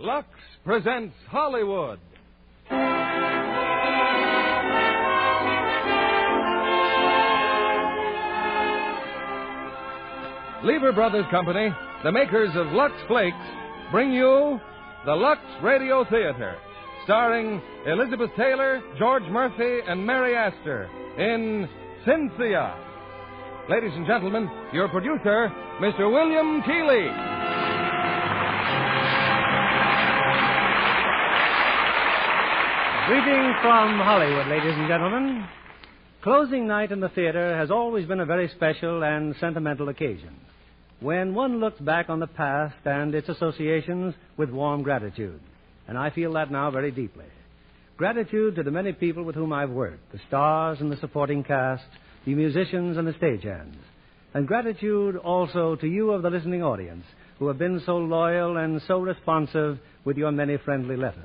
Lux presents Hollywood. Lever Brothers Company, the makers of Lux Flakes, bring you the Lux Radio Theater, starring Elizabeth Taylor, George Murphy, and Mary Astor in Cynthia. Ladies and gentlemen, your producer, Mr. William Keeley. Greetings from Hollywood, ladies and gentlemen. Closing night in the theater has always been a very special and sentimental occasion. When one looks back on the past and its associations with warm gratitude. And I feel that now very deeply. Gratitude to the many people with whom I've worked, the stars and the supporting cast, the musicians and the stagehands. And gratitude also to you of the listening audience who have been so loyal and so responsive with your many friendly letters.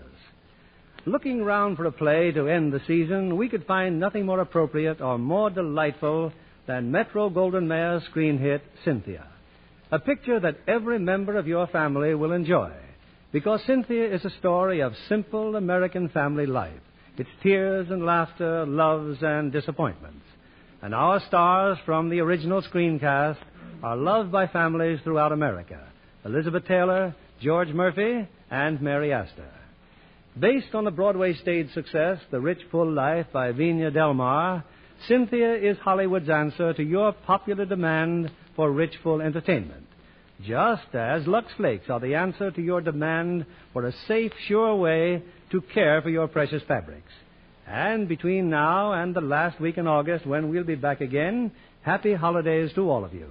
Looking round for a play to end the season, we could find nothing more appropriate or more delightful than Metro Goldwyn Mayer's screen hit Cynthia, a picture that every member of your family will enjoy, because Cynthia is a story of simple American family life, its tears and laughter, loves and disappointments. And our stars from the original screencast are loved by families throughout America Elizabeth Taylor, George Murphy, and Mary Astor. Based on the Broadway stage success, The Rich Full Life by Vina Del Mar, Cynthia is Hollywood's answer to your popular demand for rich, full entertainment. Just as Lux Flakes are the answer to your demand for a safe, sure way to care for your precious fabrics. And between now and the last week in August, when we'll be back again, happy holidays to all of you.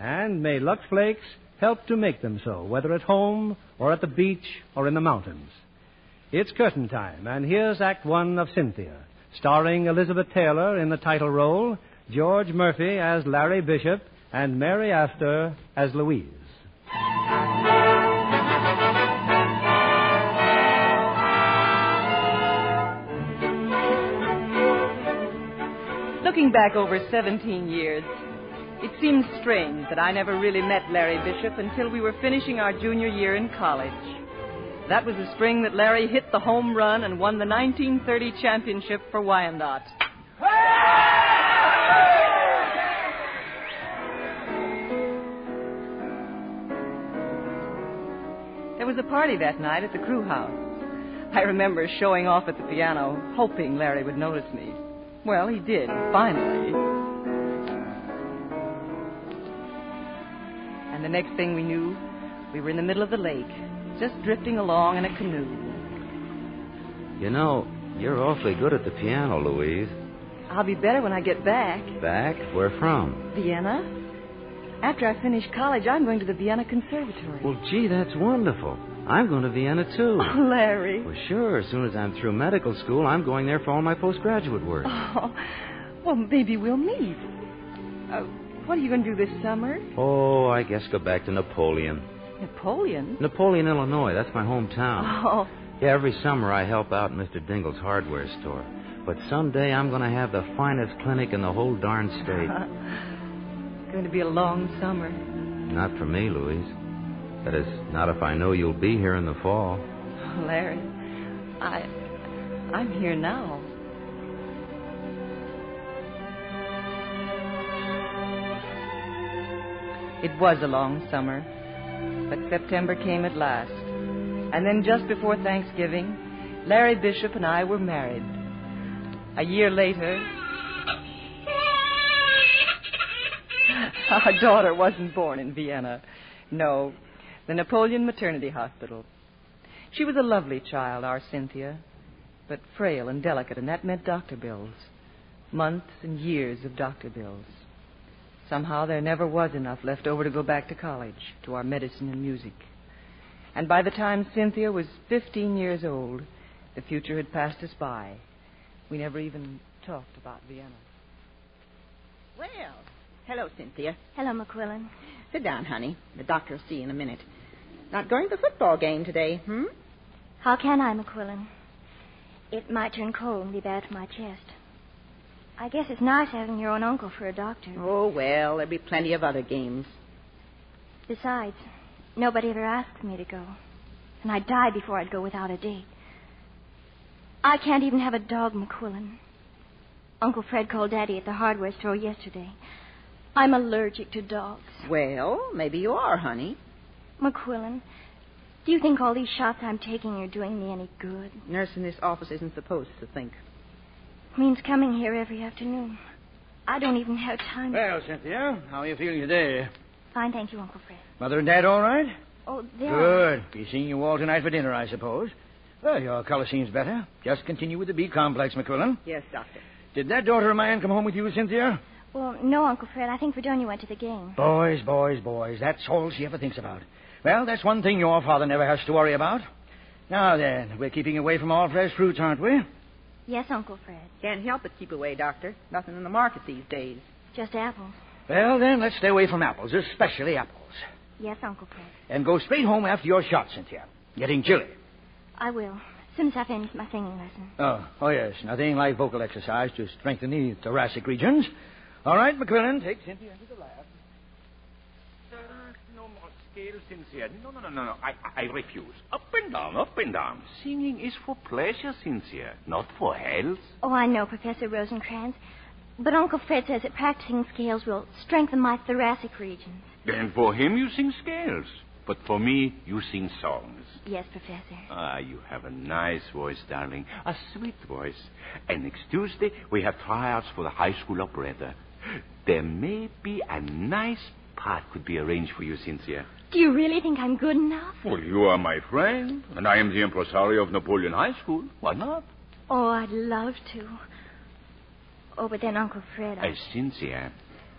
And may Lux Flakes help to make them so, whether at home or at the beach or in the mountains. It's curtain time, and here's Act One of Cynthia, starring Elizabeth Taylor in the title role, George Murphy as Larry Bishop, and Mary Astor as Louise. Looking back over 17 years, it seems strange that I never really met Larry Bishop until we were finishing our junior year in college. That was the spring that Larry hit the home run and won the 1930 championship for Wyandotte. There was a party that night at the crew house. I remember showing off at the piano, hoping Larry would notice me. Well, he did, finally. And the next thing we knew, we were in the middle of the lake, just drifting along in a canoe. You know, you're awfully good at the piano, Louise. I'll be better when I get back. Back? Where from? Vienna? After I finish college, I'm going to the Vienna Conservatory. Well, gee, that's wonderful. I'm going to Vienna, too. Oh, Larry. Well, sure. As soon as I'm through medical school, I'm going there for all my postgraduate work. Oh, well, maybe we'll meet. Uh, what are you going to do this summer? Oh, I guess go back to Napoleon. Napoleon? Napoleon, Illinois. That's my hometown. Oh, Yeah, every summer I help out in Mr. Dingle's hardware store. But someday I'm going to have the finest clinic in the whole darn state. it's going to be a long summer. not for me, Louise. That is, not if I know you'll be here in the fall. Oh, Larry, I. I'm here now. It was a long summer, but September came at last. And then just before Thanksgiving, Larry Bishop and I were married. A year later, our daughter wasn't born in Vienna. No, the Napoleon Maternity Hospital. She was a lovely child, our Cynthia, but frail and delicate, and that meant doctor bills. Months and years of doctor bills. Somehow there never was enough left over to go back to college, to our medicine and music. And by the time Cynthia was 15 years old, the future had passed us by. We never even talked about Vienna. Well, hello, Cynthia. Hello, McQuillan. Sit down, honey. The doctor'll see you in a minute. Not going to the football game today, hmm? How can I, McQuillan? It might turn cold and be bad for my chest. I guess it's nice having your own uncle for a doctor. Oh, well, there'll be plenty of other games. Besides, nobody ever asked me to go. And I'd die before I'd go without a date. I can't even have a dog, McQuillan. Uncle Fred called Daddy at the hardware store yesterday. I'm allergic to dogs. Well, maybe you are, honey. McQuillan, do you think all these shots I'm taking are doing me any good? Nurse in this office isn't supposed to think. Means coming here every afternoon. I don't even have time. Well, Cynthia, how are you feeling today? Fine, thank you, Uncle Fred. Mother and Dad all right? Oh, there. Good. Be seeing you all tonight for dinner, I suppose. Well, your color seems better. Just continue with the B complex, McQuillan. Yes, doctor. Did that daughter of mine come home with you, Cynthia? Well, no, Uncle Fred. I think Fredonia went to the game. Boys, boys, boys. That's all she ever thinks about. Well, that's one thing your father never has to worry about. Now then, we're keeping away from all fresh fruits, aren't we? Yes, Uncle Fred. Can't help but keep away, doctor. Nothing in the market these days. Just apples. Well, then, let's stay away from apples, especially apples. Yes, Uncle Fred. And go straight home after your shot, Cynthia. Getting chilly. I will. As soon as I finish my singing lesson. Oh, oh yes. Nothing like vocal exercise to strengthen the thoracic regions. All right, McQuillan, take Cynthia into the lab. No more scales, Cynthia. No, no, no, no, no. I, I refuse. Up and down, up and down. Singing is for pleasure, Cynthia, not for health. Oh, I know, Professor Rosencrantz. But Uncle Fred says that practicing scales will strengthen my thoracic regions. And for him, you sing scales. But for me, you sing songs. Yes, Professor. Ah, you have a nice voice, darling. A sweet voice. And next Tuesday, we have tryouts for the high school operetta. There may be a nice part could be arranged for you, Cynthia. Do you really think I'm good enough? Well, you are my friend, and I am the impresario of Napoleon High School. Why not? Oh, I'd love to. Oh, but then Uncle Fred. I... Uh, Cynthia,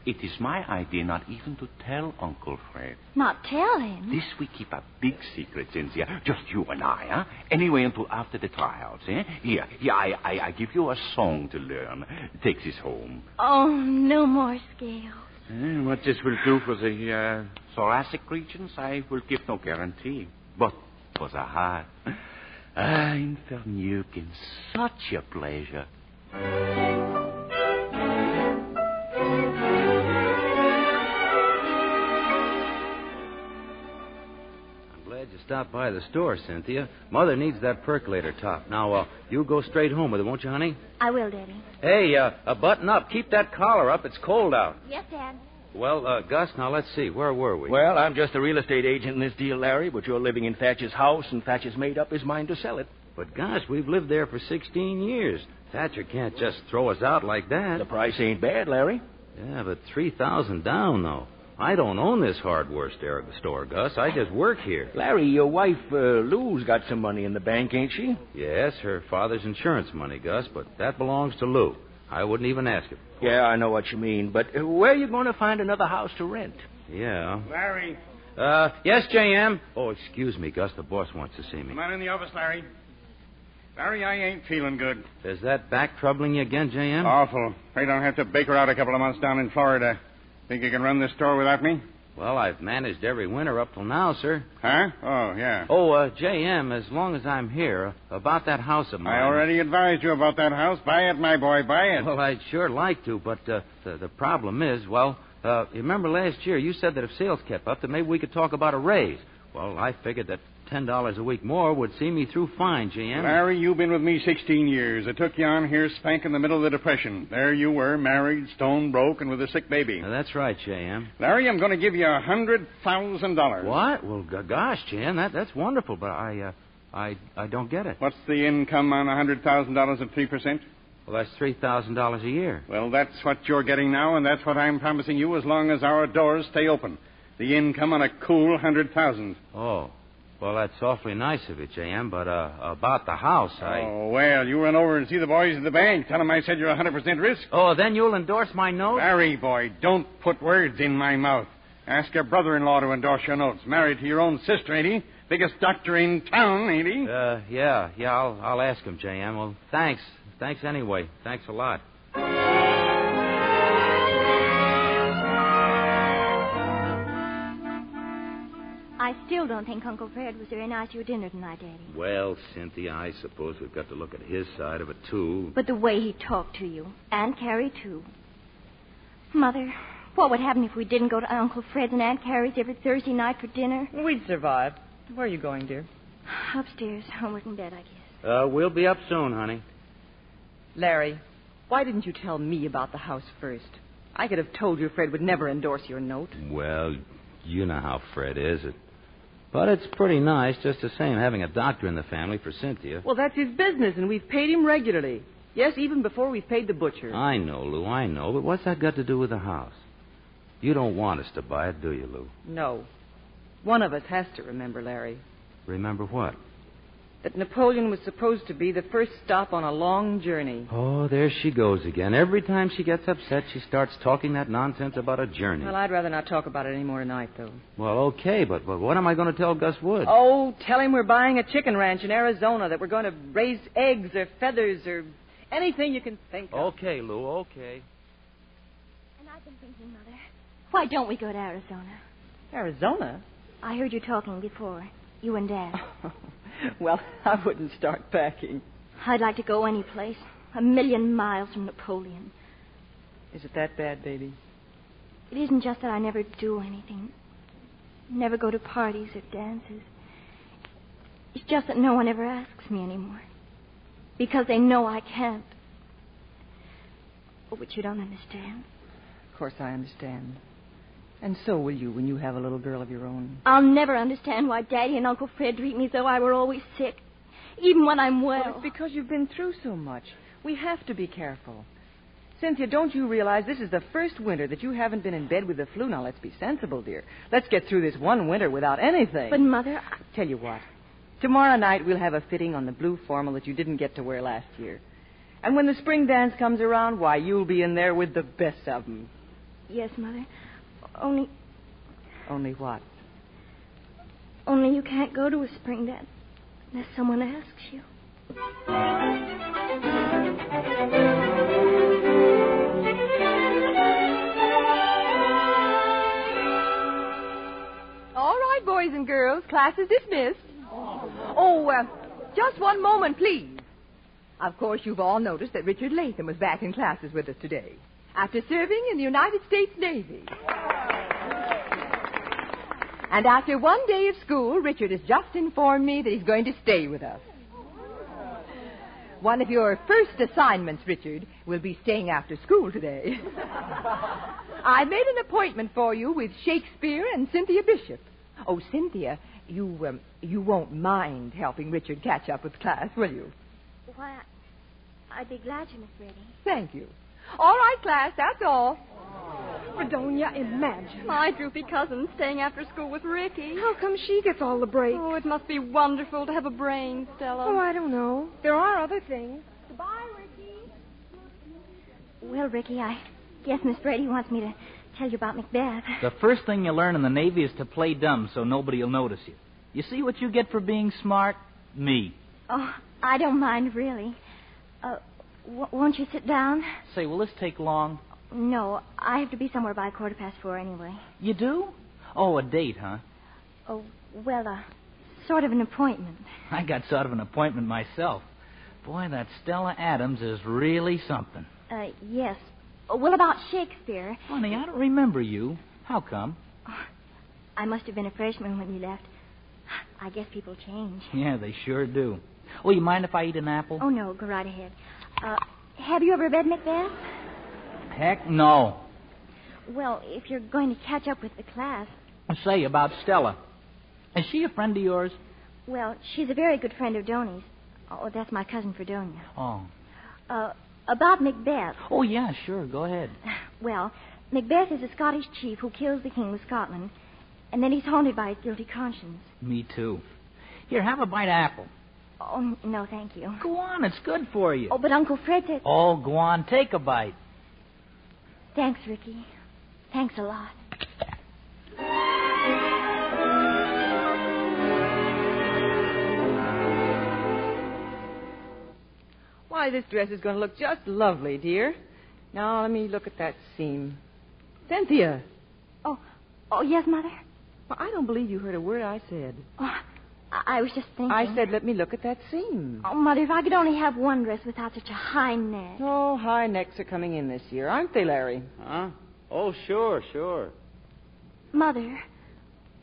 it is my idea not even to tell Uncle Fred. Not tell Hmm? him. This we keep a big secret, Cynthia. Just you and I, huh? Anyway, until after the tryouts, eh? Here, here, I, I, I give you a song to learn. Take this home. Oh, no more scales. Eh, What this will do for the uh, thoracic regions, I will give no guarantee. But for the heart, I'm you can such a pleasure. I'm glad you stopped by the store, Cynthia. Mother needs that percolator top. Now, uh, you go straight home with it, won't you, honey? I will, Daddy. Hey, uh, uh, button up. Keep that collar up. It's cold out. Yes, Dad. Well, uh, Gus, now let's see. Where were we? Well, I'm just a real estate agent in this deal, Larry, but you're living in Thatcher's house, and Thatcher's made up his mind to sell it. But, Gus, we've lived there for 16 years. Thatcher can't just throw us out like that. The price ain't bad, Larry. Yeah, but 3000 down, though. I don't own this hardware store, store, Gus. I just work here. Larry, your wife, uh, Lou's got some money in the bank, ain't she? Yes, her father's insurance money, Gus, but that belongs to Lou. I wouldn't even ask him. Yeah, I know what you mean, but uh, where are you going to find another house to rent? Yeah. Larry, Uh, yes, J.M.? Oh, excuse me, Gus. The boss wants to see me. I'm not in the office, Larry. Larry, I ain't feeling good. Is that back troubling you again, J.M.? Awful. Afraid I'll have to baker out a couple of months down in Florida. Think you can run this store without me? Well, I've managed every winter up till now, sir. Huh? Oh, yeah. Oh, uh, J.M., as long as I'm here, uh, about that house of mine. I already advised you about that house. Buy it, my boy, buy it. Well, I'd sure like to, but uh, the, the problem is, well, uh, you remember last year you said that if sales kept up, that maybe we could talk about a raise. Well, I figured that $10 a week more would see me through fine, G.M. Larry, you've been with me 16 years. I took you on here spank in the middle of the Depression. There you were, married, stone broke, and with a sick baby. Now, that's right, J.M. Larry, I'm going to give you a $100,000. What? Well, g- gosh, J.M., that, that's wonderful, but I, uh, I, I don't get it. What's the income on a $100,000 at 3%? Well, that's $3,000 a year. Well, that's what you're getting now, and that's what I'm promising you as long as our doors stay open. The income on a cool 100000 Oh. Well, that's awfully nice of you, J.M., but uh, about the house, I... Oh, well, you run over and see the boys at the bank. Tell them I said you're 100% risk. Oh, then you'll endorse my note? Larry, boy, don't put words in my mouth. Ask your brother-in-law to endorse your notes. Married to your own sister, ain't he? Biggest doctor in town, ain't he? Uh, yeah, yeah, I'll, I'll ask him, J.M. Well, thanks. Thanks anyway. Thanks a lot. I still don't think Uncle Fred was very nice to your dinner tonight, Daddy. Well, Cynthia, I suppose we've got to look at his side of it, too. But the way he talked to you, and Carrie, too. Mother, what would happen if we didn't go to Uncle Fred's and Aunt Carrie's every Thursday night for dinner? We'd survive. Where are you going, dear? Upstairs, homework in bed, I guess. Uh, we'll be up soon, honey. Larry, why didn't you tell me about the house first? I could have told you Fred would never endorse your note. Well, you know how Fred is. It, but it's pretty nice, just the same, having a doctor in the family for Cynthia. Well, that's his business, and we've paid him regularly. Yes, even before we've paid the butcher. I know, Lou, I know. But what's that got to do with the house? You don't want us to buy it, do you, Lou? No. One of us has to remember, Larry, Remember what? that Napoleon was supposed to be the first stop on a long journey. Oh, there she goes again. Every time she gets upset, she starts talking that nonsense about a journey. Well, I'd rather not talk about it any more tonight, though. Well, okay, but, but what am I going to tell Gus Wood? Oh, tell him we're buying a chicken ranch in Arizona, that we're going to raise eggs or feathers or anything you can think of. Okay, Lou, okay. And I've been thinking, Mother, why don't we go to Arizona? Arizona? I heard you talking before, you and Dad. Well, I wouldn't start packing. I'd like to go any place, a million miles from Napoleon. Is it that bad, baby? It isn't just that I never do anything, never go to parties or dances. It's just that no one ever asks me anymore because they know I can't. Oh, but you don't understand. Of course, I understand. And so will you when you have a little girl of your own. I'll never understand why Daddy and Uncle Fred treat me as though I were always sick, even when I'm Well, well. it's because you've been through so much. We have to be careful. Cynthia, don't you realize this is the first winter that you haven't been in bed with the flu? Now, let's be sensible, dear. Let's get through this one winter without anything. But, Mother, I... Tell you what. Tomorrow night we'll have a fitting on the blue formal that you didn't get to wear last year. And when the spring dance comes around, why, you'll be in there with the best of 'em. yes, Mother. Only, Only what? only you can't go to a spring dance unless someone asks you. All right, boys and girls, class is dismissed. Oh, uh, just one moment, please. Of course, you've all noticed that Richard Latham was back in classes with us today after serving in the United States Navy. And after one day of school, Richard has just informed me that he's going to stay with us. One of your first assignments, Richard, will be staying after school today. Hmm. I made an appointment for you with Shakespeare and Cynthia Bishop. Oh, Cynthia, you um, you won't mind helping Richard catch up with class, will you? Why, I- I'd be glad to, Miss Brady. Thank you. All right, class, that's all. Fredonia, imagine. My droopy cousin staying after school with Ricky. How come she gets all the breaks? Oh, it must be wonderful to have a brain, Stella. Oh, I don't know. There are other things. Goodbye, Ricky. Well, Ricky, I guess Miss Brady wants me to tell you about Macbeth. The first thing you learn in the Navy is to play dumb so nobody'll notice you. You see what you get for being smart? Me. Oh, I don't mind, really. Uh, w- won't you sit down? Say, will this take long? No, I have to be somewhere by quarter past four anyway. You do? Oh, a date, huh? Oh, well, uh, sort of an appointment. I got sort of an appointment myself. Boy, that Stella Adams is really something. Uh, yes. Oh, Well, about Shakespeare. Oh, Funny, I don't remember you. How come? I must have been a freshman when you left. I guess people change. Yeah, they sure do. Oh, you mind if I eat an apple? Oh, no, go right ahead. Uh, have you ever read Macbeth? Heck no. Well, if you're going to catch up with the class, Say, about Stella. Is she a friend of yours? well, she's a very good friend of Donny's. Oh, that's my cousin Fredonia. Oh. Uh, about Macbeth. Oh, yeah, sure. Go ahead. Well, Macbeth is a Scottish chief who kills the King of Scotland, and then he's haunted by his guilty conscience. Me too. Here, have a bite of apple. Oh, n- no, thank you. Go on, it's good for you. Oh, but Uncle Fred says. Oh, go on, take a bite. Thanks, Ricky. Thanks a lot. Why, this dress is going to look just lovely, dear. Now, let me look at that seam. Cynthia. Oh, oh, yes, Mother? Well, I don't believe you heard a word I said. Oh, I, I was just thinking. I said, let me look at that seam. Oh, Mother, if I could only have one dress without such a high neck. Oh, high necks are coming in this year, aren't they, Larry? Huh? Oh, sure, sure. Mother,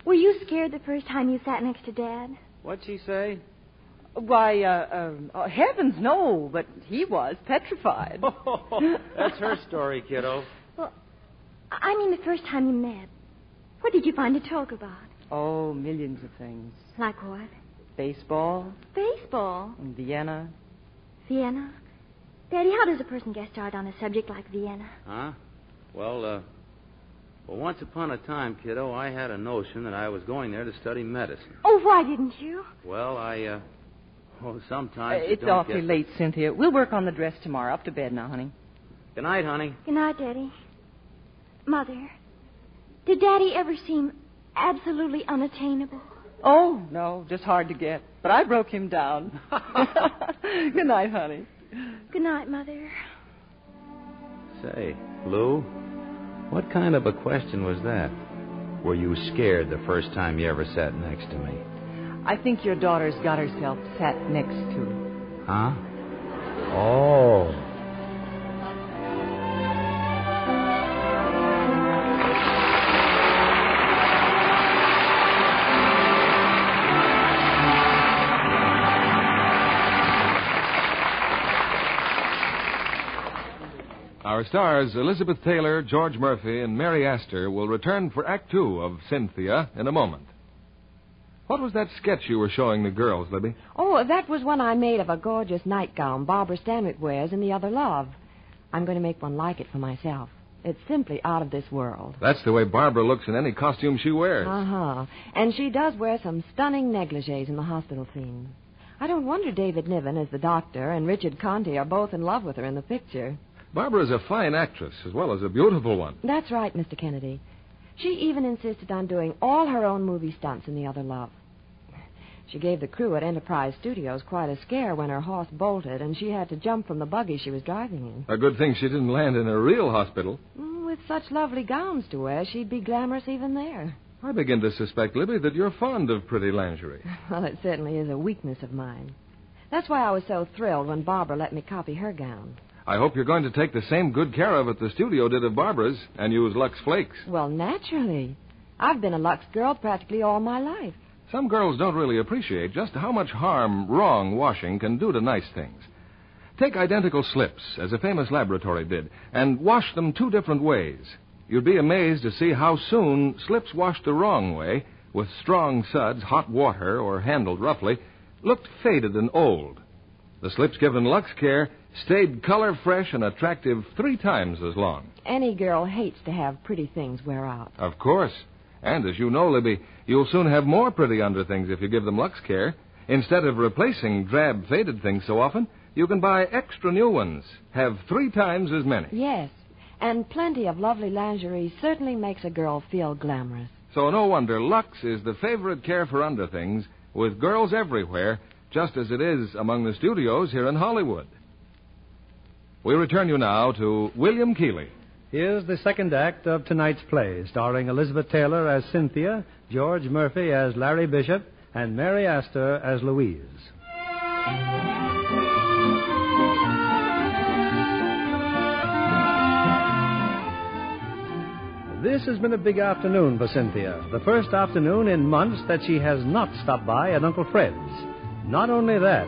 were you scared the first time you sat next to Dad? What'd she say? Why, uh, um, oh, heavens, no, but he was petrified. That's her story, kiddo. I I mean, the first time you met. What did you find to talk about? oh, millions of things. Like what? Baseball, Baseball. and Vienna. Vienna. Daddy, how does a person get started on a subject like Vienna? Huh? Well, uh, well, once upon a time, kiddo, I had a notion that I was going there to study medicine. Oh, why didn't you? Well, I, uh, oh, Uh, sometimes. you it's don't awfully get- late, Cynthia. We'll work on the dress tomorrow. Up to bed now, honey. Good night, honey. Good night, Daddy. Mother, did Daddy ever seem absolutely unattainable? Oh, no, just hard to get. But I broke him down. Good night, honey. Good night, Mother. Say, Lou, what kind of a question was that? Were you scared the first time you ever sat next to me? I think your daughter's got herself sat next to. Huh? Oh. Our stars, Elizabeth Taylor, George Murphy, and Mary Astor, will return for Act Two of Cynthia in a moment. What was that sketch you were showing the girls, Libby? Oh, that was one I made of a gorgeous nightgown Barbara Stanwyck wears in The Other Love. I'm going to make one like it for myself. It's simply out of this world. That's the way Barbara looks in any costume she wears. Uh huh. And she does wear some stunning negligees in the hospital scene. I don't wonder David Niven is the doctor and Richard Conti are both in love with her in the picture. Barbara's a fine actress, as well as a beautiful one. That's right, Mr. Kennedy. She even insisted on doing all her own movie stunts in The Other Love. She gave the crew at Enterprise Studios quite a scare when her horse bolted and she had to jump from the buggy she was driving in. A good thing she didn't land in a real hospital. Mm, With such lovely gowns to wear, she'd be glamorous even there. I begin to suspect, Libby, that you're fond of pretty lingerie. Well, it certainly is a weakness of mine. That's why I was so thrilled when Barbara let me copy her gown. I hope you're going to take the same good care of it the studio did of Barbara's and use Lux Flakes. Well, naturally. I've been a Lux girl practically all my life. Some girls don't really appreciate just how much harm wrong washing can do to nice things. Take identical slips, as a famous laboratory did, and wash them two different ways. You'd be amazed to see how soon slips washed the wrong way, with strong suds, hot water, or handled roughly, looked faded and old. The slips given Lux Care stayed color fresh and attractive three times as long. Any girl hates to have pretty things wear out. Of course. And as you know, Libby, you'll soon have more pretty underthings if you give them Lux Care. Instead of replacing drab, faded things so often, you can buy extra new ones. Have three times as many. Yes, and plenty of lovely lingerie certainly makes a girl feel glamorous. So no wonder Lux is the favorite care for underthings with girls everywhere, just as it is among the studios here in Hollywood. We return you now to William Keeley. Here's the second act of tonight's play, starring Elizabeth Taylor as Cynthia, George Murphy as Larry Bishop, and Mary Astor as Louise. This This has been a big afternoon for Cynthia. The first afternoon in months that she has not stopped by at Uncle Fred's. Not only that,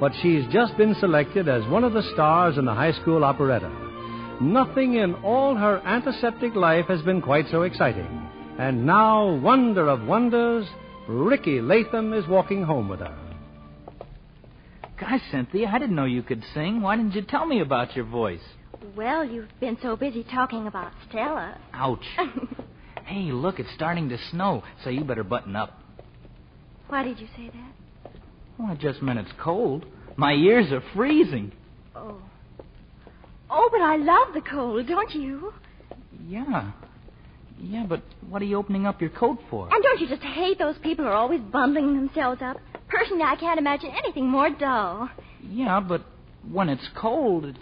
but she's just been selected as one of the stars in the high school operetta. Nothing in all her antiseptic life has been quite so exciting. And now, wonder of wonders, Ricky Latham is walking home with her. Gosh, Cynthia, I didn't know you could sing. Why didn't you tell me about your voice? Well, you've been so busy talking about Stella. Ouch. hey, look, it's starting to snow, so you better button up. Why did you say that? Well, it just meant it's cold. My ears are freezing. Oh. Oh, but I love the cold, don't you? Yeah. Yeah, but what are you opening up your coat for? And don't you just hate those people who are always bundling themselves up? Personally, I can't imagine anything more dull. Yeah, but when it's cold, it's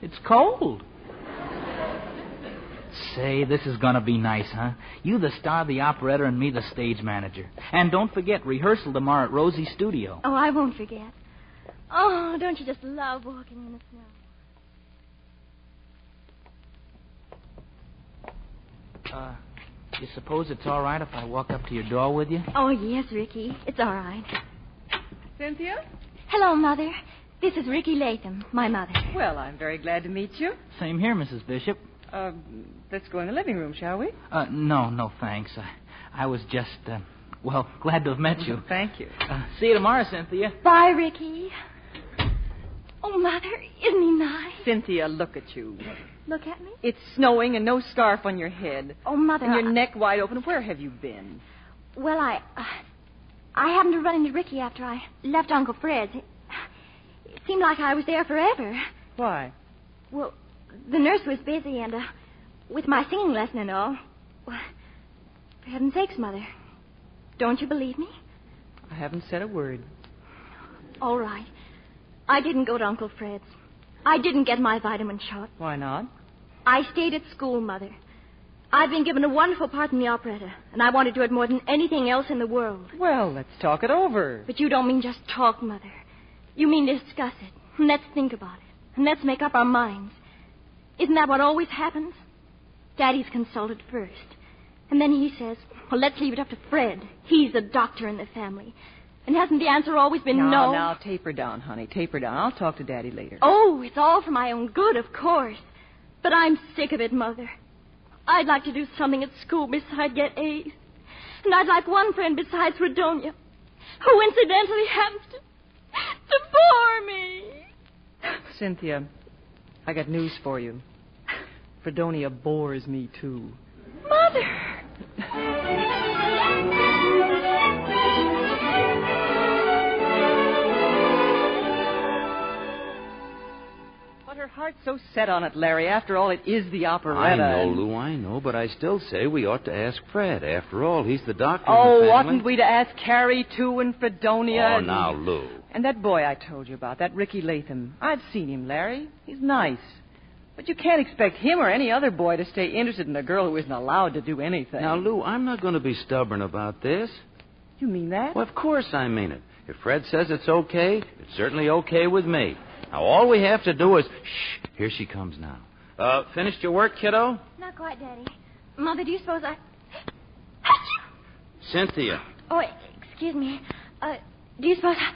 it's cold. Say, this is gonna be nice, huh? You the star of the operetta and me the stage manager. And don't forget rehearsal tomorrow at Rosie's studio. Oh, I won't forget. Oh, don't you just love walking in the snow? Uh, you suppose it's all right if I walk up to your door with you? Oh, yes, Ricky. It's all right. Cynthia? Hello, Mother. This is Ricky Latham, my mother. Well, I'm very glad to meet you. Same here, Mrs. Bishop. Uh, let's go in the living room, shall we? Uh, no, no, thanks. I, I was just, uh, well, glad to have met you. Thank you. Uh, see you tomorrow, Cynthia. Bye, Ricky. Oh, Mother, isn't he nice? Cynthia, look at you. Look at me. It's snowing and no scarf on your head. Oh, Mother. And your I- neck wide open. Where have you been? Well, I. Uh, I happened to run into Ricky after I left Uncle Fred's. It seemed like I was there forever. Why? Well, the nurse was busy, and uh, with my singing lesson and all. Well, for heaven's sakes, Mother, don't you believe me? I haven't said a word. All right. I didn't go to Uncle Fred's. I didn't get my vitamin shot. Why not? I stayed at school, Mother. I've been given a wonderful part in the operetta, and I want to do it more than anything else in the world. Well, let's talk it over. But you don't mean just talk, Mother. You mean discuss it. And let's think about it. And let's make up our minds. Isn't that what always happens? Daddy's consulted first. And then he says, well, let's leave it up to Fred. He's the doctor in the family. And hasn't the answer always been now, no? Now, taper down, honey. Taper down. I'll talk to Daddy later. Oh, it's all for my own good, of course. But I'm sick of it, Mother. I'd like to do something at school besides get A's. And I'd like one friend besides Redonia, who incidentally happens to, to bore me. Cynthia, I got news for you. Fredonia bores me, too. Mother! But her heart's so set on it, Larry. After all, it is the I operetta. know, and- Lou, I know, but I still say we ought to ask Fred. After all, he's the doctor. of the Oh, family. oughtn't we to ask Carrie, too, and Fredonia? Oh, and- now, Lou. And that boy I told you about, that Ricky Latham. I've seen him, Larry. He's nice. But you can't expect him or any other boy to stay interested in a girl who isn't allowed to do anything. Now, Lou, I'm not going to be stubborn about this. You mean that? Well, of course I mean it. If Fred says it's okay, it's certainly okay with me. Now, all we have to do is. Shh, here she comes now. Uh, finished your work, kiddo? Not quite, Daddy. Mother, do you suppose I. Cynthia. Oh, excuse me. Uh, do you suppose I.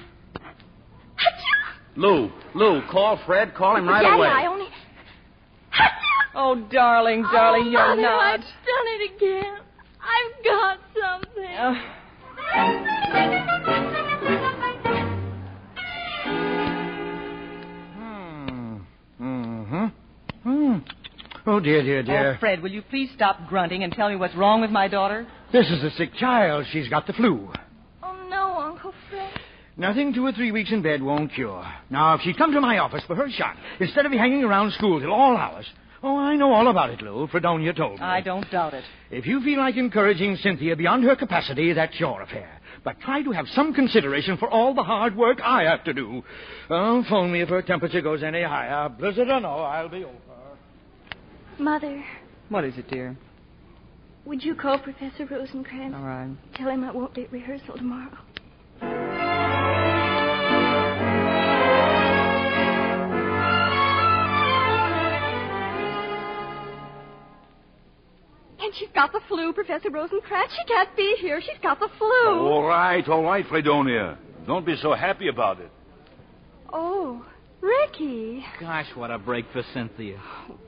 Lou, Lou, call Fred. Call him right Daddy, away. I only. Oh, darling, darling, oh, you're Mother, not. I've done it again. I've got something. Oh. Mm-hmm. Hmm. Oh, dear, dear, dear. Oh, Fred, will you please stop grunting and tell me what's wrong with my daughter? This is a sick child. She's got the flu. Oh, no, Uncle Fred. Nothing two or three weeks in bed won't cure. Now, if she'd come to my office for her shot, instead of hanging around school till all hours. Oh, I know all about it, Lou. Fredonia told me. I don't doubt it. If you feel like encouraging Cynthia beyond her capacity, that's your affair. But try to have some consideration for all the hard work I have to do. Oh, phone me if her temperature goes any higher. Blizzard or no, I'll be over. Mother, What is it, dear? would you call Professor Rosencrantz? All right. Tell him I won't be at rehearsal tomorrow. Can think she's got the flu, Professor Rosencrantz. She can't be here. She's got the Oh. flu. All right, all right, Fredonia. Don't be so happy about it. Oh, Ricky. Gosh, what a break for Cynthia.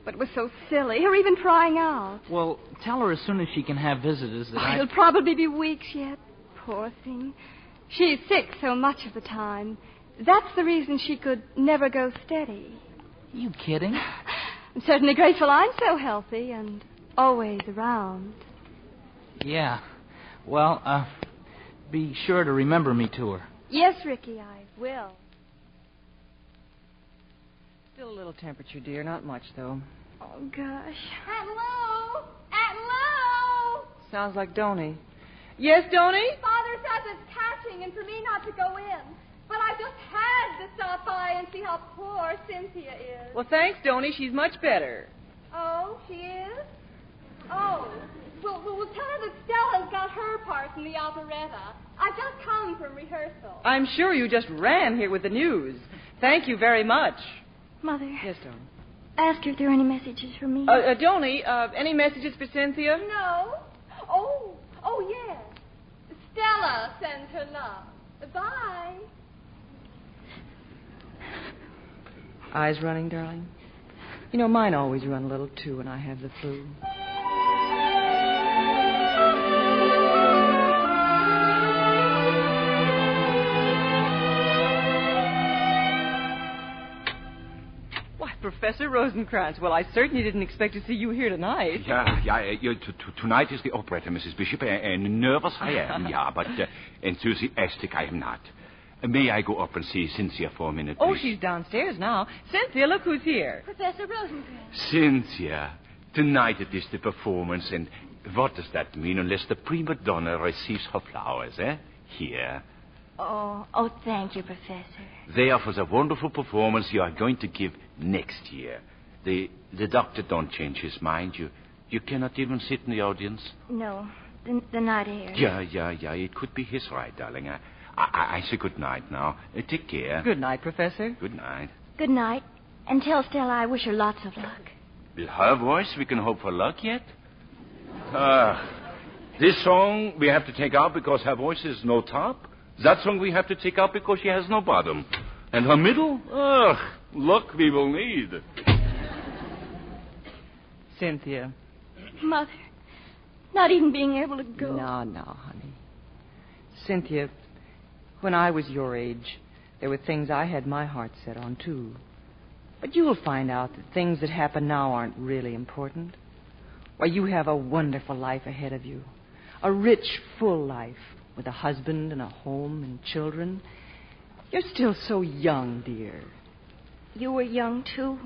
But it was so silly, her even trying out. Well, tell her as soon as she can have visitors that I. It'll probably be weeks yet. Poor thing. She's sick so much of the time. That's the reason she could never go steady. You kidding? I'm certainly grateful I'm so healthy and always around. Yeah. Well, uh, be sure to remember me to her. Yes, Ricky, I will. Still a little temperature, dear. Not much, though. Oh, gosh. Hello? Hello? Sounds like Donny. Yes, Donny? Father says it's catching and for me not to go in. But I just had to stop by and see how poor Cynthia is. Well, thanks, Donny. She's much better. Oh, she is? Oh. Well, well, well, tell her that Stella's got her part in the operetta. I've just come from rehearsal. I'm sure you just ran here with the news. Thank you very much. Mother, Yes, Donny. ask her if there are any messages for me. Uh, uh, Donny, uh, any messages for Cynthia? No? Oh, oh, yes. Stella sends her love. Bye. Eyes running, darling? You know, mine always run a little, too, when I have the flu. Why, Professor Rosencrantz, well, I certainly didn't expect to see you here tonight. Yeah, yeah. uh, you- t- t- tonight is the operetta, Mrs. Bishop, a- and nervous I am, yeah, but uh, enthusiastic I am not. Uh, May I go up and see Cynthia for a minute? Oh, please? she's downstairs now. Cynthia, look who's here. Professor Rosencrantz. Cynthia, tonight it is the performance, and what does that mean unless the prima donna receives her flowers, eh? Here. Oh, oh, thank you, Professor. They are for the wonderful performance you are going to give next year. The, the doctor don't change his mind. You, you cannot even sit in the audience. No, the, the night air. Yeah, yeah, yeah. It could be his right, darling. I, I, I say good night now. Uh, take care. Good night, Professor. Good night. Good night, and tell Stella I wish her lots of luck. With her voice, we can hope for luck yet. Ah, this song we have to take out because her voice is no top. That song we have to take out because she has no bottom. And her middle? Ugh, luck we will need. Cynthia. Mother, not even being able to go. No, no, honey. Cynthia, when I was your age, there were things I had my heart set on, too. But you'll find out that things that happen now aren't really important. Why, you have a wonderful life ahead of you. A rich, full life with a husband and a home and children. You're still so young, dear. You were young, too.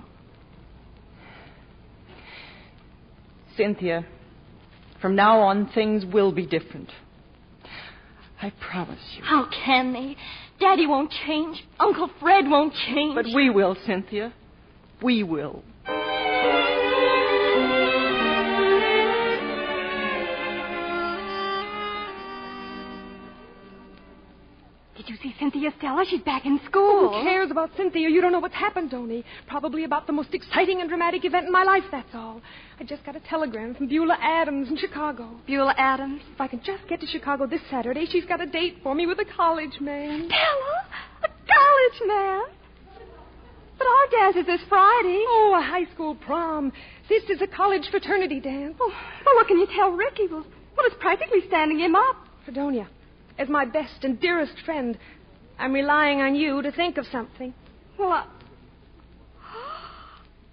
Cynthia, from now on, things will be different. I promise you. How can they? Daddy won't change. Uncle Fred won't change. But we will, Cynthia. We will. Did you see Cynthia Stella? She's back in school. Oh, who cares about Cynthia? You don't know what's happened, Tony. Probably about the most exciting and dramatic event in my life, that's all. I just got a telegram from Beulah Adams in Chicago. Beulah Adams? If I can just get to Chicago this Saturday, she's got a date for me with a college man. Stella? A college man? But our dance is this Friday. Oh, a high school prom. This is a college fraternity dance. Oh, well, what can you tell Ricky? Well, well, it's practically standing him up. Fredonia, as my best and dearest friend, I'm relying on you to think of something. Well, I...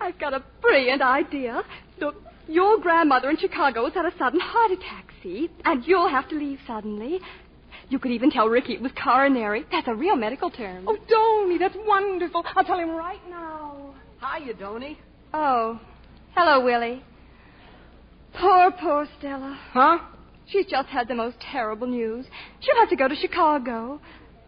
I've got a brilliant idea. Look, your grandmother in Chicago has had a sudden heart attack, see? And you'll have to leave suddenly. You could even tell Ricky it was coronary. That's a real medical term. Oh, Donny, that's wonderful. I'll tell him right now. Hiya, Donny. Oh. Hello, Willie. Poor, poor Stella. Huh? She's just had the most terrible news. She'll have to go to Chicago.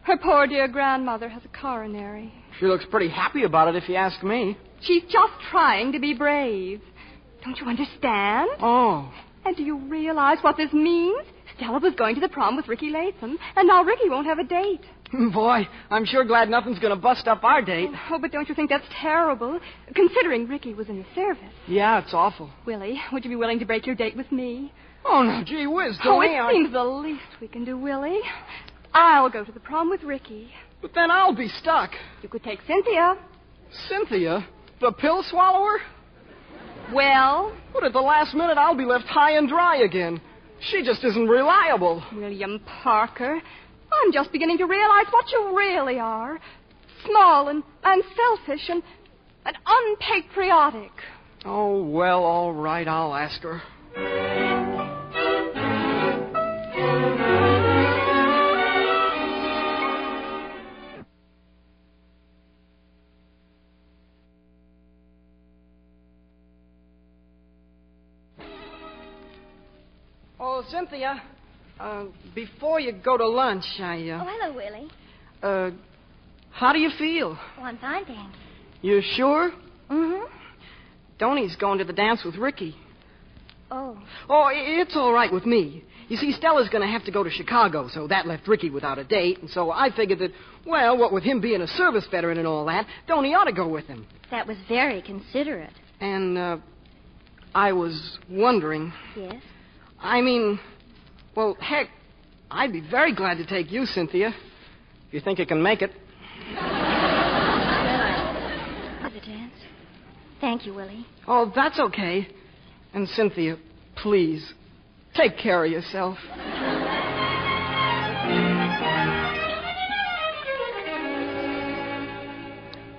Her poor dear grandmother has a coronary. She looks pretty happy about it, if you ask me. She's just trying to be brave. Don't you understand? Oh. And do you realize what this means? Stella was going to the prom with Ricky Latham, and now Ricky won't have a date. Boy, I'm sure glad nothing's going to bust up our date. Oh, but don't you think that's terrible? Considering Ricky was in the service. Yeah, it's awful. Willie, would you be willing to break your date with me? Oh, no, gee whiz, Oh, Delaney, it I- seems the least we can do, Willie. I'll go to the prom with Ricky. But then I'll be stuck. You could take Cynthia. Cynthia, the pill swallower? Well? But at the last minute, I'll be left high and dry again. She just isn't reliable. William Parker, I'm just beginning to realize what you really are. Small and, and selfish and, and unpatriotic. Oh, well, all right, I'll ask her. Oh, Cynthia, uh, before you go to lunch, I, Oh, uh, hello, Willie. uh, how do you feel? Oh, I'm fine, thanks. You sure? Mm-hmm. Donnie's going to the dance with Ricky. Oh, Oh, i- it's all right with me. You see, Stella's going to have to go to Chicago, so that left Ricky without a date, and so I figured that, well, what with him being a service veteran and all that, Donnie ought to go with him. that was very considerate. And, uh, I was wondering. Yes? I mean, well, heck, I'd be very glad to take you, Cynthia. If you think you can make it. To the dance? Thank you, Willie. Oh, that's okay. And, Cynthia, please, take care of yourself.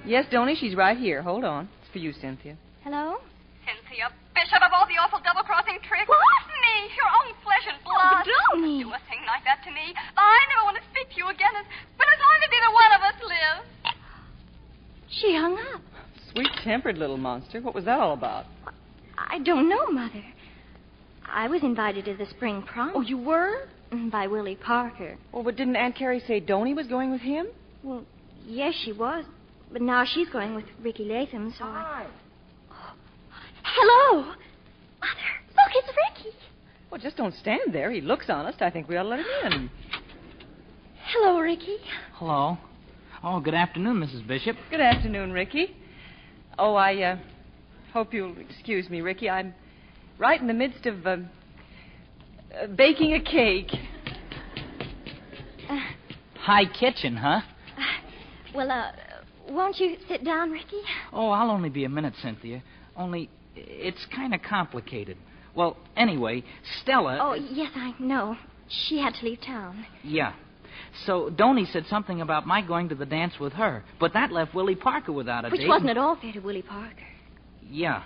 Yes, Donny, she's right here. Hold on. It's for you, Cynthia. Hello? Cynthia, bishop of all the awful double crossing tricks. What? Me, your own flesh and Oh, blood. Donny. Do a thing like that to me. I never want to speak to you again, as, but as long as either one of us lives. She hung up. Sweet tempered little monster. What was that all about? I don't know, Mother. I was invited to the spring prom. Oh, you were? By Willie Parker. Well, but didn't Aunt Carrie say Donny was going with him? Well, yes, she was. But now she's going with Ricky Latham, so I... Hello! Mother, look, it's Ricky. Well, just don't stand there. He looks honest. I think we ought to let him in. Hello, Ricky. Hello. Oh, good afternoon, Mrs. Bishop. Good afternoon, Ricky. Oh, I uh, hope you'll excuse me, Ricky. I'm right in the midst of uh, uh, baking a cake. High kitchen, huh? Well, uh, won't you sit down, Ricky? Oh, I'll only be a minute, Cynthia. Only it's kind of complicated. Well, anyway, Stella. oh, yes, I know. She had to leave town. Yeah. So Donny said something about my going to the dance with her, but that left Willie Parker without a which date. wasn't at all fair to Willie Parker. Yeah.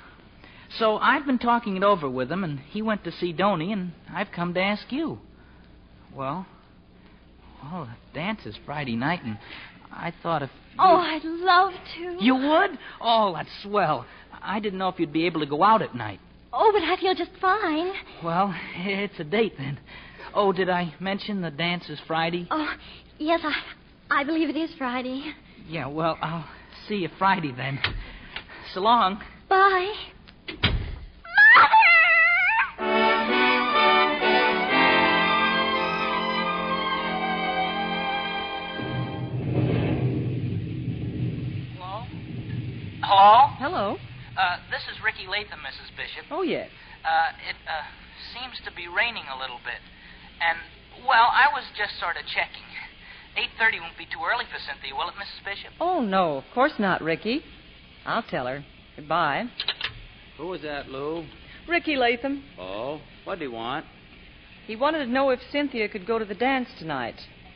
So I've been talking it over with him, and he went to see Donny, and I've come to ask you. Well, well, the dance is Friday night, and I thought if Oh, I'd love to. you would, oh, that's swell. I didn't know if you'd be able to go out at night. Oh, but I feel just fine. Well, it's a date then. Oh, did I mention the dance is Friday? Oh, yes, I, I believe it is Friday. Yeah, well, I'll see you Friday then. So long. Bye. Hello? Hello. Uh, this is Ricky Latham, Mrs. Bishop. Oh, yes. Uh, it uh, seems to be raining a little bit. And, well, I was just sort of checking. 8.30 won't be too early for Cynthia, will it, Mrs. Bishop? Oh, no, of course not, Ricky. I'll tell her. Goodbye. Who was that, Lou? Ricky Latham. Oh, what do you want? He wanted to know if Cynthia could go to the dance tonight.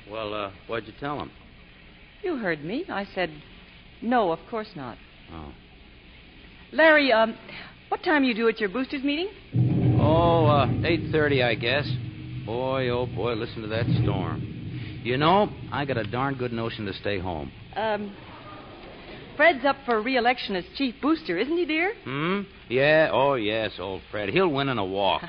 Well, uh, what'd you tell him? You heard me. I said, no, of course not. Oh. Larry, um, what time you do at your boosters meeting? Oh, uh, 8.30, I guess. Boy, oh boy, listen to that storm. You know, I got a darn good notion to stay home. Um, Fred's up for re-election as chief booster, isn't he, dear? Hmm? Yeah, oh yes, old Fred. He'll win in a walk.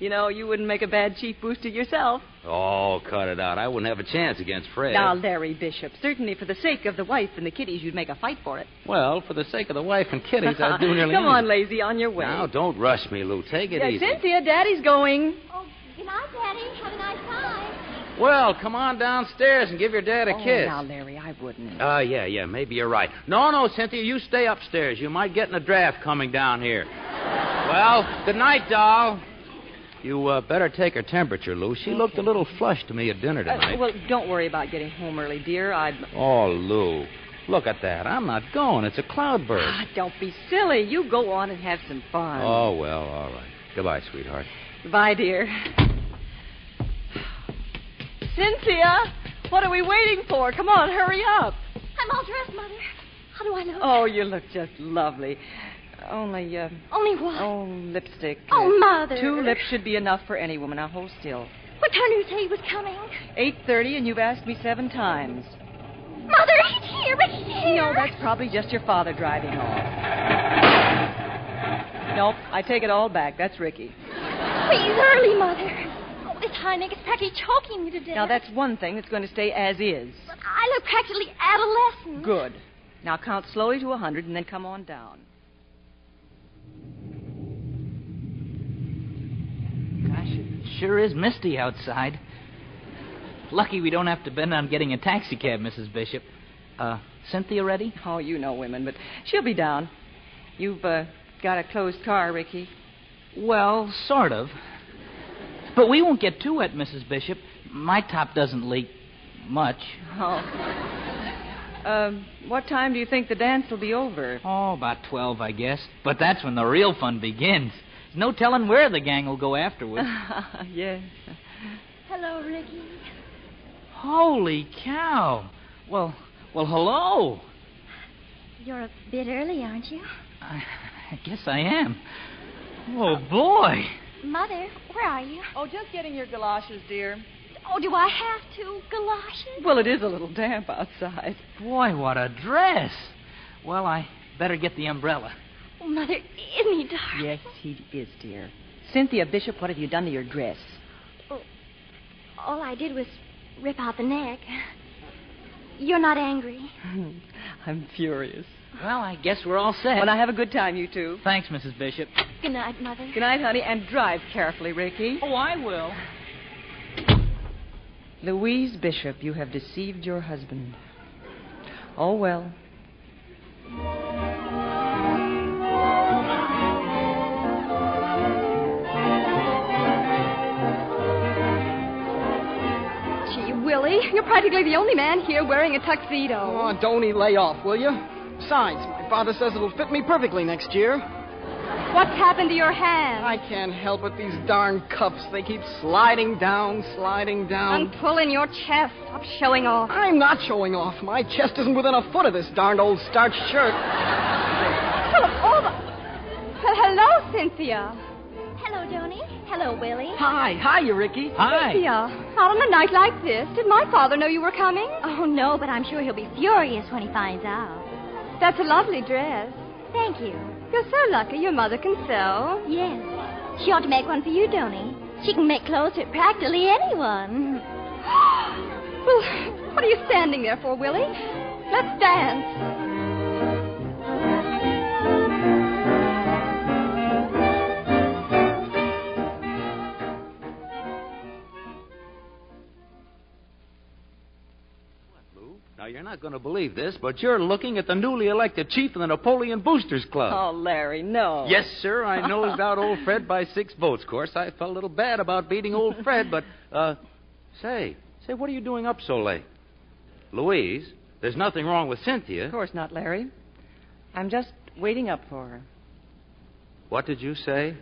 You know, you wouldn't make a bad chief booster yourself. oh, cut it out. I wouldn't have a chance against Fred. Now, Larry Bishop, certainly for the sake of the wife and the kiddies, you'd make a fight for it. Well, for the sake of the wife and kiddies, I'd do nearly Come on, anything. lazy, on your way. Now, don't rush me, Lou. Take it Yeah, easy. Cynthia, Daddy's going. Good night, Daddy. Have a nice time. Well, come on downstairs and give your dad a oh, kiss. now, Larry, I wouldn't. Uh, yeah, yeah, maybe you're right. No, no, Cynthia, you stay upstairs. You might get in a draft coming down here. well, good night, doll. You uh, better take her temperature, Lou. She looked a little flushed to me at dinner Uh, tonight. well, don't worry about getting home early, dear. I Oh, Lou, look at that. I'm not going. It's a cloudburst. Ah, don't be silly. You go on and have some fun. Oh, well, all right. Goodbye, sweetheart. Bye, dear. Cynthia, what are we waiting for? Come on, hurry up. I'm all dressed, Mother. How do I look? Oh, you look just lovely. Only, uh. Only what? Oh, lipstick. Oh, Uh, Mother. Two lips should be enough for any woman. Now hold still. What time do you say he was coming? 8.30 and you've asked me seven times. Mother, he's here, but he's here. No, that's probably just your father driving off. Nope, I take it all back. That's Ricky. Please, early, Mother. Oh, this Heineck is practically choking me to death. Now, that's one thing that's going to stay as is. But I look practically adolescent. Good. Now count slowly to a 100 and then come on down. Gosh, it sure is misty outside. Lucky we don't have to bend on getting a taxicab, Mrs. Bishop. Uh, Cynthia ready? Oh, you know women, but she'll be down. You've uh, got a closed car, Ricky. Well, sort of. But we won't get too wet, Mrs. Bishop. My top doesn't leak much. Oh. Um, what time do you think the dance will be over? Oh, about 12, I guess. But that's when the real fun begins. There's no telling where the gang will go afterwards. yes. Hello, Ricky. Holy cow. Well, well, hello. You're a bit early, aren't you? I guess I am. Oh, boy. Mother, where are you? Oh, just getting your galoshes, dear. Oh, do I have to? Galoshes? Well, it is a little damp outside. Boy, what a dress. Well, I better get the umbrella. Oh, Mother, isn't he dark? Yes, he is, dear. Cynthia Bishop, what have you done to your dress? All I did was rip out the neck. You're not angry. I'm furious. Well, I guess we're all set. Well, now have a good time, you two. Thanks, Mrs. Bishop. Good night, Mother. Good night, honey, and drive carefully, Ricky. Oh, I will. Louise Bishop, you have deceived your husband. Oh, well. Gee, Willie, you're practically the only man here wearing a tuxedo. Oh, Donny, lay off, will you? Besides, my father says it'll fit me perfectly next year. What's happened to your hand? I can't help it. These darn cuffs, they keep sliding down, sliding down. I'm pulling your chest. Stop showing off. I'm not showing off. My chest isn't within a foot of this darned old starched shirt. Well, of all the- Well, hello, Cynthia. Hello, Donny. Hello, Willie. Hi. Hi, you, Ricky. Cynthia, out on a night like this, did my father know you were coming? Oh, no, but I'm sure he'll be furious when he finds out. That's a lovely dress. Thank you. You're so lucky your mother can sew. Yes. She ought to make one for you, Donny. She can make clothes for practically anyone. Well, what are you standing there for, Oh, Willie? Let's dance. Now, you're not going to believe this, but you're looking at the newly elected chief of the Napoleon Boosters Club. Oh, Larry, no. Yes, sir. I nosed out old Fred by six votes. Of course, I felt a little bad about beating old Fred, but uh, say, say, what are you doing up so late, Louise? There's nothing wrong with Of Cynthia. course not, Larry. I'm just waiting up for her. What did you say?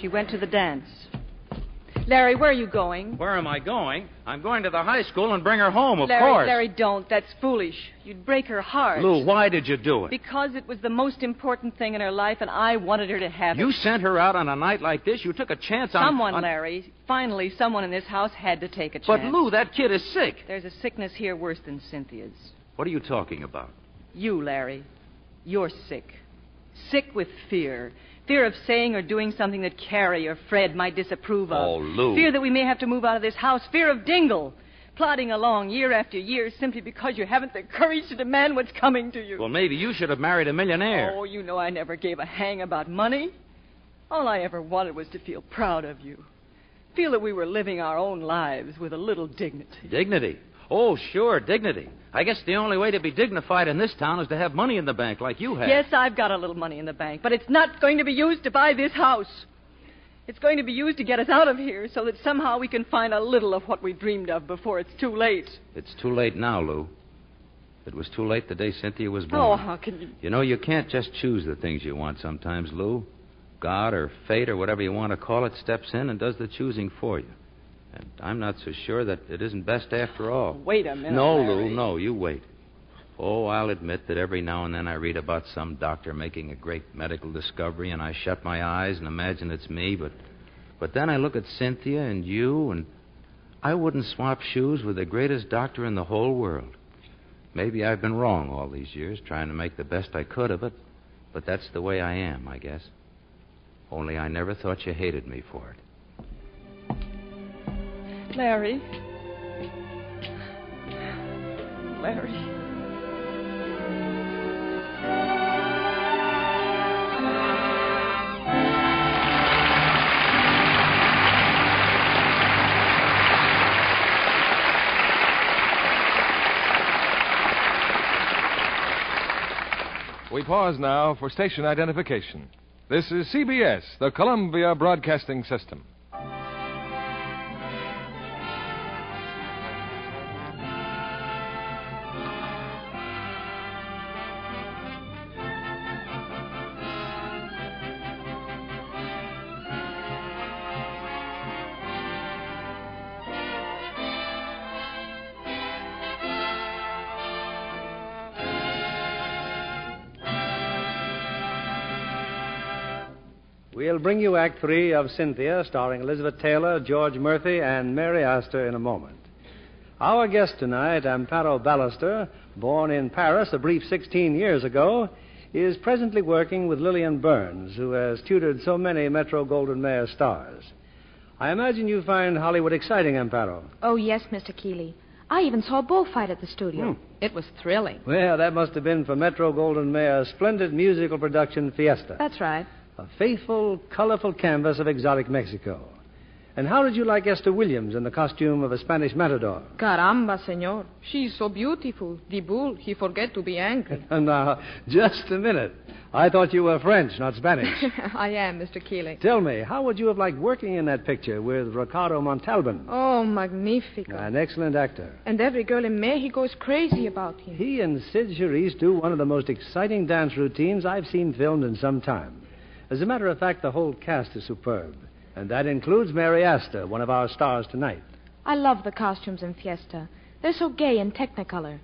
She went to the dance. Larry, where are you going? Where am I going? I'm going to the high school and bring her home, of Larry, course. Larry, don't. That's foolish. You'd break her heart. Lou, why did you do it? Because it was the most important thing in her life, and I wanted her to have you it. sent her out on a night like this. You took a chance on Someone, on- Larry. Finally, someone in this house had to take a chance. But Lou, that kid is sick. There's a sickness here worse than Cynthia's. What are you talking about? You, Larry, you're sick. Sick with fear. Fear of saying or doing something that Carrie or Fred might disapprove of. Oh, Lou. Uh, Fear that we may have to move out of this house. Fear of Dingle. Plodding along year after year simply because you haven't the courage to demand what's coming to you. Well, maybe you should have married a millionaire. Oh, you know I never gave a hang about money. All I ever wanted was to feel proud of you. feel that we were living our own lives with a little dignity. Dignity. Oh, sure, dignity. I guess the only way to be dignified in this town is to have money in the bank like you have. Yes, I've got a little money in the bank, but it's not going to be used to buy this house. It's going to be used to get us out of here so that somehow we can find a little of what we dreamed of before it's too late. It's too late now, Lou. It was too late the day Cynthia was born. Oh, how can you? You know, you can't just choose the things you want sometimes, Lou. God or fate or whatever you want to call it steps in and does the choosing for you. And I'm not so sure that it isn't best after all. Wait a minute. no, Larry. Lou, no, you wait. Oh, I'll admit that every now and then I read about some doctor making a great medical discovery and I shut my eyes and imagine it's me, but but then I look at Cynthia and you and I wouldn't swap shoes with the greatest doctor in the whole world. Maybe I've been wrong all these years trying to make the best I could of it, but that's the way I am, I guess. Only I never thought you hated me for it. Larry. Larry. We pause now for station identification. This is CBS, the Columbia Broadcasting System. We'll bring you Act Three of Cynthia, starring Elizabeth Taylor, George Murphy, and Mary Astor in a moment. Our guest tonight, Amparo Ballister, born in Paris a brief 16 years ago, is presently working with Lillian Burns, who has tutored so many Metro Golden Mayer stars. I imagine you find Hollywood exciting, Amparo. Oh, yes, Mr. Keeley. I even saw a bullfight at the studio. It was thrilling. Well, that must have been for Metro Golden Mayer's splendid musical production Fiesta. That's right. a faithful, colorful canvas of exotic Mexico. And how did you like Esther Williams in the costume of a Spanish matador? Caramba, senor. She is so beautiful. The bull, he forget to be angry. now, just a minute. I thought you were French, not Spanish. I am, Mr. Keeling. Tell me, how would you have liked working in that picture with Ricardo Montalban, Oh, magnifico. an excellent actor? And every girl in Mexico is crazy about him. He and Sid Charisse do one of the most exciting dance routines I've seen filmed in some time. As a matter of fact, the whole cast is superb. And that includes Mary Astor, one of our stars tonight. I love the costumes in Fiesta. They're so gay and technicolor.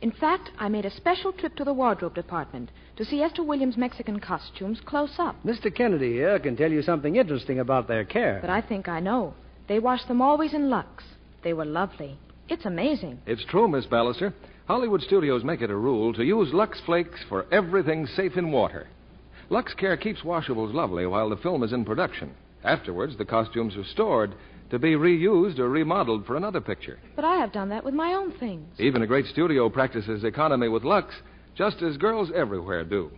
In fact, I made a special trip to the wardrobe department to see Esther Williams' Mexican costumes close up. Mr. Kennedy here can tell you something interesting about their care. But I think I know. They wash them always in Lux. They were lovely. It's amazing. It's true, Miss Ballister. Hollywood studios make it a rule to use Lux Flakes for everything safe in water. Lux Care keeps washables lovely while the film is in production. Afterwards, the costumes are stored to be reused or remodeled for another picture. But I have done that with my own thing. Even a great studio practices economy with Lux, just as girls everywhere do.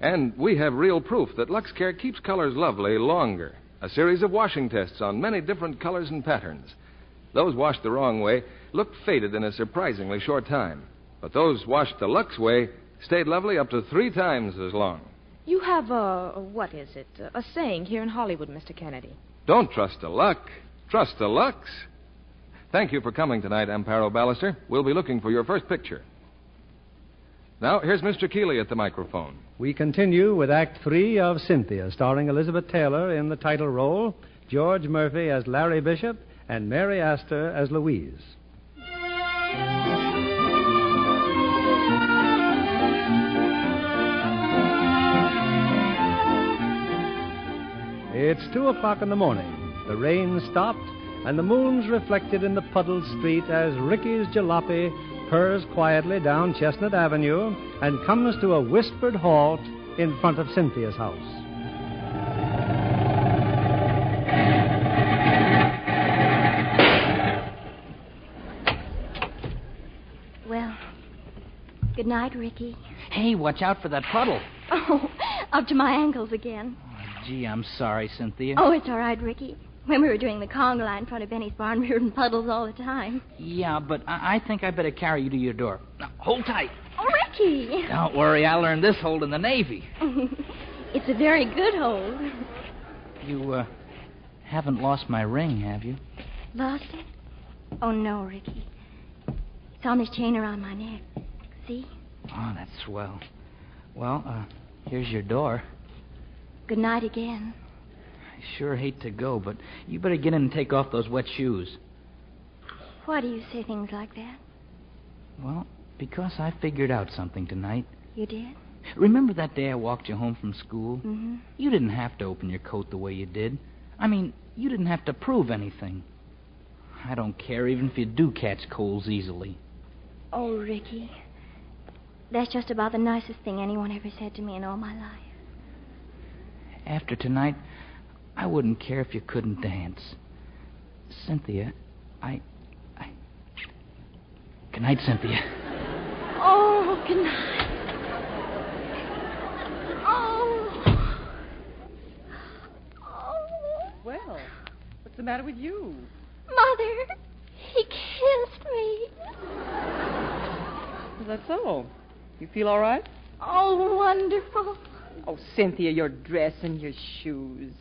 And we have real proof that Lux Care keeps colors lovely longer. A series of washing tests on many different colors and patterns. Those washed the wrong way looked faded in a surprisingly short time. But those washed the Lux way stayed lovely up to three times as long. You have a. what is it? A saying here in Hollywood, Mr. Kennedy. Don't trust the luck. Trust the Lux. Thank you for coming tonight, Amparo Ballister. We'll be looking for your first picture. Now, here's Mr. Keeley at the microphone. We continue with Act Three of Cynthia, starring Elizabeth Taylor in the title role, George Murphy as Larry Bishop, and Mary Astor as Louise. It's two o'clock in the morning. The rain stopped, and the moon's reflected in the puddled street as Ricky's jalopy purrs quietly down Chestnut Avenue and comes to a whispered halt in front of Cynthia's house. Well, good night, Ricky. Hey, watch out for that puddle. Oh, up to my ankles again. Gee, I'm sorry, Cynthia. Oh, it's all right, Ricky. When we were doing the conga line in front of Benny's barn, we were in puddles all the time. Yeah, but I, I think I better carry you to your door. Now, hold tight. Oh, Ricky! Don't worry, I learned this hold in the Navy. it's a very good hold. You uh, haven't lost my ring, have you? Lost it? Oh, no, Ricky. It's on this chain around my neck. See? Oh, that's swell. Well, uh, here's your door. Good night again. I sure hate to go, but you better get in and take off those wet shoes. Why do you say things like that? Well, because I figured out something tonight. You did? Remember that day I walked you home from school? Mm-hmm. You didn't have to open your coat the way you did. I mean, you didn't have to prove anything. I don't care, even if you do catch colds easily. Oh, Ricky. That's just about the nicest thing anyone ever said to me in all my life. After tonight, I wouldn't care if you couldn't dance. Cynthia, I. I. Good night, Cynthia. Oh, good night. Oh. Well, what's the matter with you? Mother, he kissed me. Is that so? You feel all right? Oh, wonderful. Oh, Cynthia, your dress and your shoes.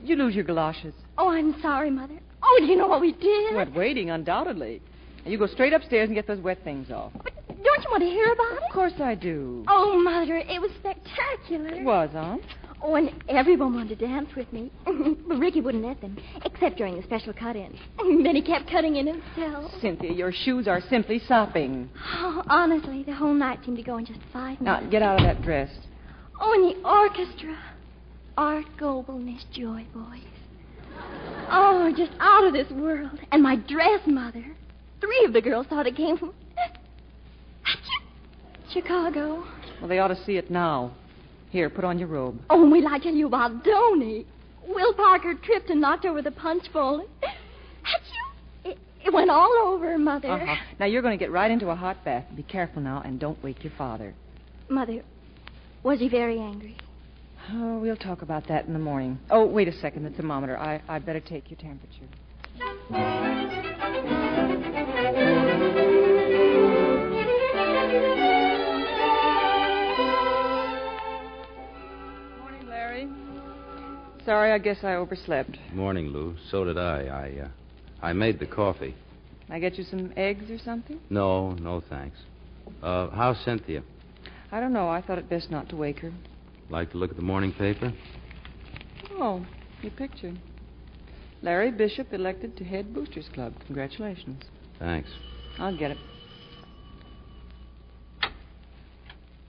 Did you lose your galoshes? Oh, I'm sorry, Mother. Oh, do you know what we did? Went waiting, undoubtedly. Now you go straight upstairs and get those wet things off. Don't you want to hear about it? Of course I do. Oh, Mother, it was spectacular. It was, Aunt. Oh, and everyone wanted to dance with me. but Ricky wouldn't let them, except during the special cut in. then he kept cutting in himself. Cynthia, your shoes are simply sopping. Oh, honestly, the whole night seemed to go in just five minutes. Now, get out of that dress. Oh, and the orchestra. Art Goebel and his Joy Boys. Oh, just out of this world. And my dress, Mother. Three of the girls thought it came from Chicago. Well, they ought to see it now. Here, put on your robe. Oh, and wait till I tell you about Donny. Will Parker tripped and knocked over the punch bowl. Achoo! It, it went all over, Mother. Uh-huh. Now, you're going to get right into a hot bath. Be careful now, and don't wake your father. Mother, was he very angry? Oh, we'll talk about that in the morning. Oh, wait a second, the thermometer. I, I'd better take your temperature. Morning, Larry. Sorry, I guess I overslept. Morning, Lou. So did I. I, uh, I made the coffee. Can I get you some eggs or something? No, no thanks. Uh, how's Cynthia? I don't know. I thought it best not to wake her. Like to look at the morning paper? Oh, your picture. Larry Bishop elected to head Boosters Club. Congratulations. Thanks. I'll get it.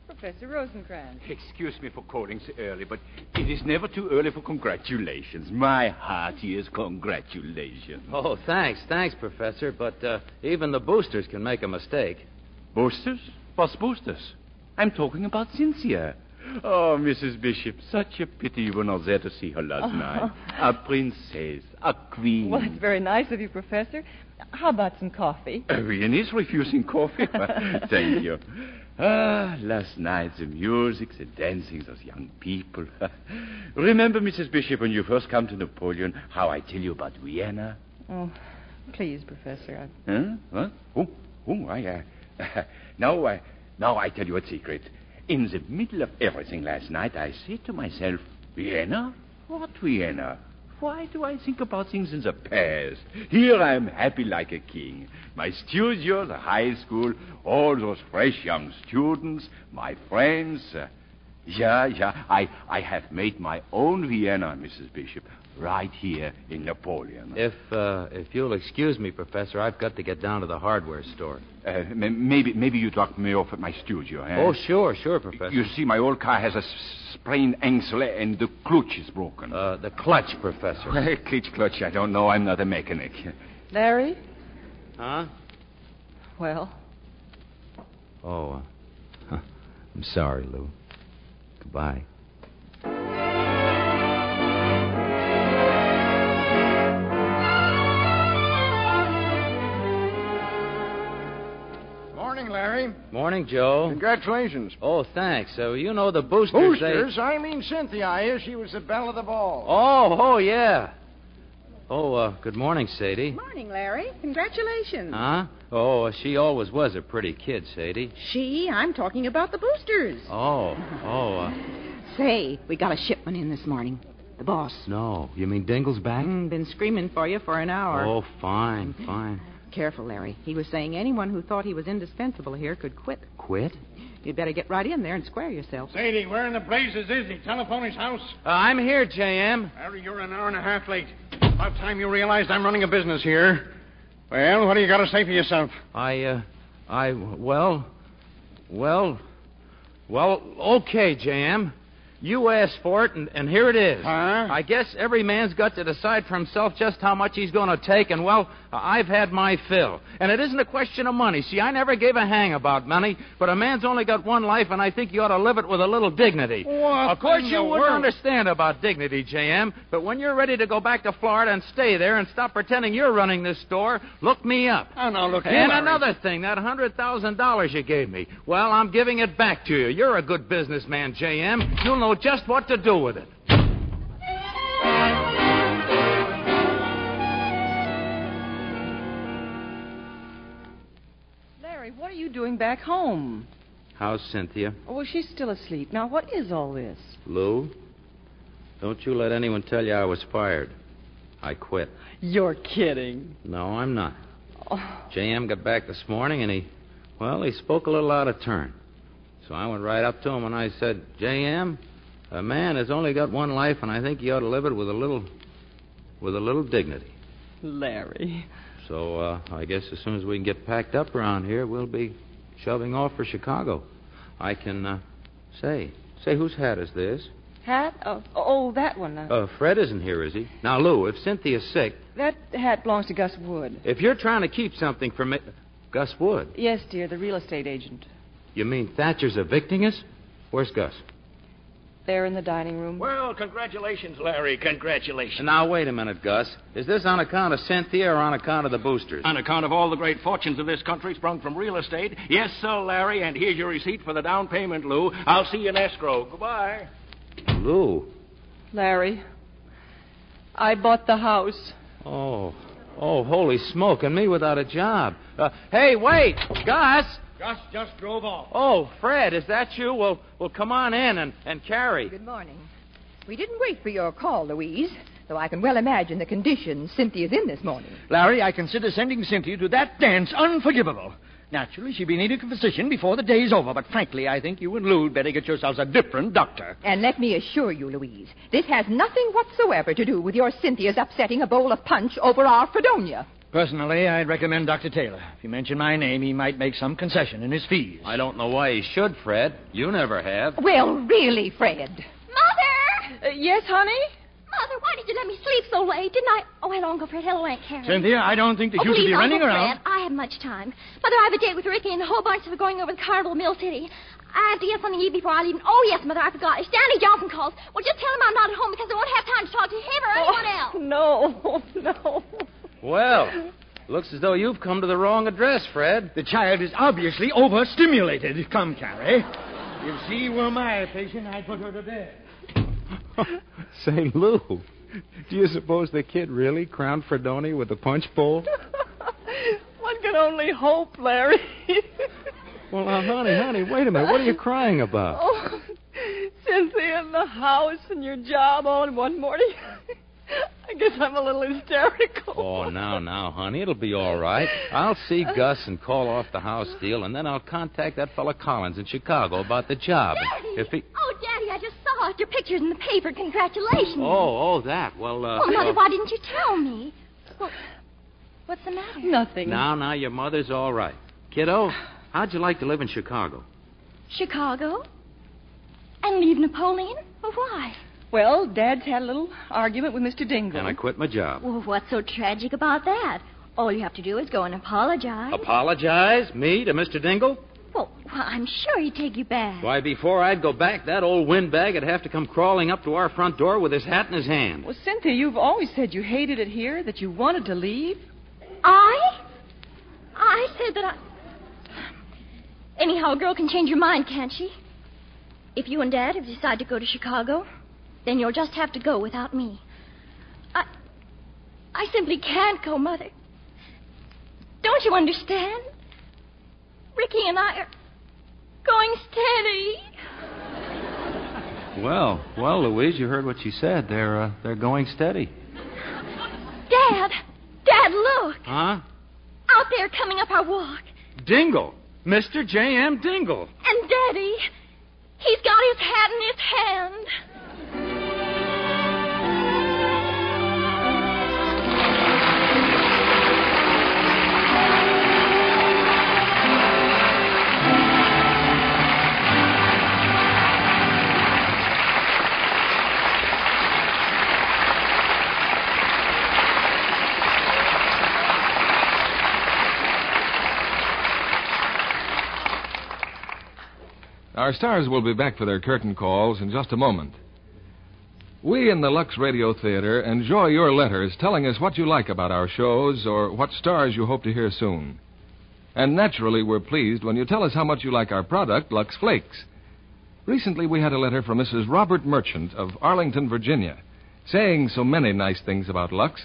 Professor Rosencrantz. Excuse me for calling so early, but it is never too early for congratulations. My heartiest congratulations. Oh, thanks, thanks, Professor. But uh, even the boosters can make a mistake. Boosters? What's boosters? I'm talking about Cynthia. Oh, Mrs. Bishop, such a pity you were not there to see her last Oh. night. A princess, a queen. Well, it's very nice of you, Professor. How about some coffee? A Viennese refusing coffee? Thank you. Ah, last night the music, the dancing, those young people. Remember, Mrs. Bishop, when you first come to Napoleon, how I tell you about Vienna? Oh, please, Professor. I... Huh? Huh? Oh, oh, I, uh, now, I, now I tell you a secret. In the middle of everything last night, I said to myself, Vienna? What Vienna? Why do I think about things in the past? Here I am happy like a king. My studio, the high school, all those fresh young students, my friends. uh, yeah, yeah, I, I have made my own Vienna, Mrs. Bishop, right here in Napoleon. If uh, if you'll excuse me, Professor, I've got to get down to the hardware store. Uh, m- maybe maybe you dropped me off at my studio. Eh? Oh, sure, sure, Professor. You see, my old car has a s- sprained ankle and the clutch is broken. Uh, the clutch, Professor. clutch, clutch. I don't know. I'm not a mechanic. Larry? Huh? Well, Oh, uh, huh. I'm sorry, Lou. Goodbye. Morning, Larry. Morning, Joe. Congratulations. Oh, thanks. So you know the boosters. they- Boosters? I mean Cynthia. I hear she was the belle of the ball. Oh, oh yeah. Oh, uh, good morning, Sadie. Morning, Larry. Congratulations. Huh? Oh, she always was a pretty kid, Sadie. She, I'm talking about the boosters. Oh, oh, uh, Say, we got a shipment in this morning. The boss. no. You mean Dingle's back? Mm, been screaming for you for an hour. Oh, fine, fine. Careful, Larry. He was saying anyone who thought he was indispensable here could quit. Quit? You'd better get right in there and square yourself. Sadie, where in the blazes is he? Telephone his house? Uh, I'm here, J.M. Harry, you're an hour and a half late. About time you realized I'm running a business here. Well, what do you got to say for yourself? I, uh, I, well, well, well, okay, J.M. You asked for it, and, and here it is. I guess every man's got to decide for himself just how much he's going to take, and, well, I've had my fill. And it isn't a question of money. See, I never gave a hang about money, but a man's only got one life, and I think you ought to live it with a little dignity. What of course, in you the wouldn't world? understand about dignity, J.M., but when you're ready to go back to Florida and stay there and stop pretending you're running this store, look me up. Oh, now look here, And Larry. another thing, that hundred thousand dollars you gave me. Well, I'm giving it back to you. You're a good businessman, J.M. You'll know just what to do with it. Larry, what are you doing back home? How's Cynthia? Oh, well, she's still asleep. Now, what is all this? Lou? Don't you let anyone tell you I was fired. I quit. You're kidding. No, I'm not. J.M. got back this morning and he, well, he spoke a little out of turn. So I went right up to him and I said, J.M., a man has only got one life and I think you ought to live it with a little, with a little dignity. Larry. So uh, I guess as soon as we can get packed up around here, we'll be shoving off for Chicago. I can, uh, say, say, whose hat is this? Hat? Oh, oh that one. Uh, Uh, Fred isn't here, is he? Now, Lou, if Cynthia's sick, that hat belongs to Gus Wood. if you're trying to keep something from it, Gus Wood. Yes, dear, the real estate agent. You mean Thatcher's evicting us? Where's Gus? There in the dining room. Well, congratulations, Larry. Congratulations. Now, wait a minute, Gus. Is this on account of Cynthia or on account of the boosters? On account of all the great fortunes of this country sprung from real estate. Yes, sir, Larry, and here's your receipt for the down payment, Lou. I'll see you in escrow. Goodbye. Lou. Larry, I bought the house. Oh. Oh, holy smoke, and me without a job. Uh, hey, wait! Gus! Gus just drove off. Oh, Fred, is that you? Well, well, come on in and, and carry. Good morning. We didn't wait for your call, Louise, though I can well imagine the conditions Cynthia's in this morning. Larry, I consider sending Cynthia to that dance unforgivable. Naturally, she'll be needing a physician before the day's over, but frankly, I think you and Lou had better get yourselves a different doctor. And let me assure you, Louise, this has nothing whatsoever to do with your Cynthia's upsetting a bowl of punch over our Fredonia. Personally, I'd recommend Dr. Taylor. If you mention my name, he might make some concession in his fees. I don't know why he should, Fred. You never have. Well, really, Fred. Mother! Uh, yes, honey? Mother, why did you let me sleep so late? Didn't I? Oh, hello, Uncle Fred. Hello, Aunt Carrie. Cynthia, I don't think that oh, you should please, be running Uncle around. Fred, I haven't much time. Mother, I have a date with Ricky and the whole bunch of going over to Carnival Mill City. I have to get something to eat before I leave. Oh, yes, Mother, I forgot. If Stanley Johnson calls, well, just tell him I'm not at home because I won't have time to talk to him or anyone Oh. else. No, no. Well, looks as though you've come to the wrong address, Fred. The child is obviously overstimulated. Come, Carrie. If she were my patient, I'd put her to bed. Say, Lou, do you suppose the kid really crowned Fredoni with a punch bowl? One can only hope, Larry. Well, now, honey, honey, wait a minute. What are you crying about? Oh, Cynthia in the house and your job all in one morning. I guess I'm a little hysterical. Oh, now, now, honey, it'll be all right. I'll see Gus and call off the house deal, and then I'll contact that fella Collins in Chicago about the job. Daddy! If he... Oh, Daddy, I just saw it. Your picture's in the paper. Congratulations. Oh, oh, that. Well, uh... oh, Mother, well, why didn't you tell me? Well, what's the matter? Nothing. Now, now, your mother's all right. Kiddo, how'd you like to live in Chicago? Chicago? And leave Napoleon? Well, why? Well, Dad's had a little argument with Mr. Dingle. And I quit my job. Well, what's so tragic about that? All you have to do is go and apologize. Apologize? Me to Mr. Dingle? Oh. well, well, I'm sure he'd take you back. Why, before I'd go back, that old windbag would have to come crawling up to our front door with his hat in his hand. Well, Cynthia, you've always said you hated it here, that you wanted to leave. I? I said that I. Anyhow, a girl can change her mind, can't she? If you and Dad have decided to go to Chicago, then you'll just have to go without me. I. I simply can't go, Mother. Don't you understand? Ricky and I are going steady. Well, well, Louise, you heard what she said. They're uh, they're going steady, Dad! Dad, look! huh? Out there coming up our walk. Dingle, Mr. J.M. Dingle. And Daddy, he's got his hat in his hand. Our stars will be back for their curtain calls in just a moment. We in the Lux Radio Theater enjoy your letters telling us what you like about our shows or what stars you hope to hear soon. And naturally, we're pleased when you tell us how much you like our product, Lux Flakes. Recently, we had a letter from Mrs. Robert Merchant of Arlington, Virginia, saying so many nice things about Lux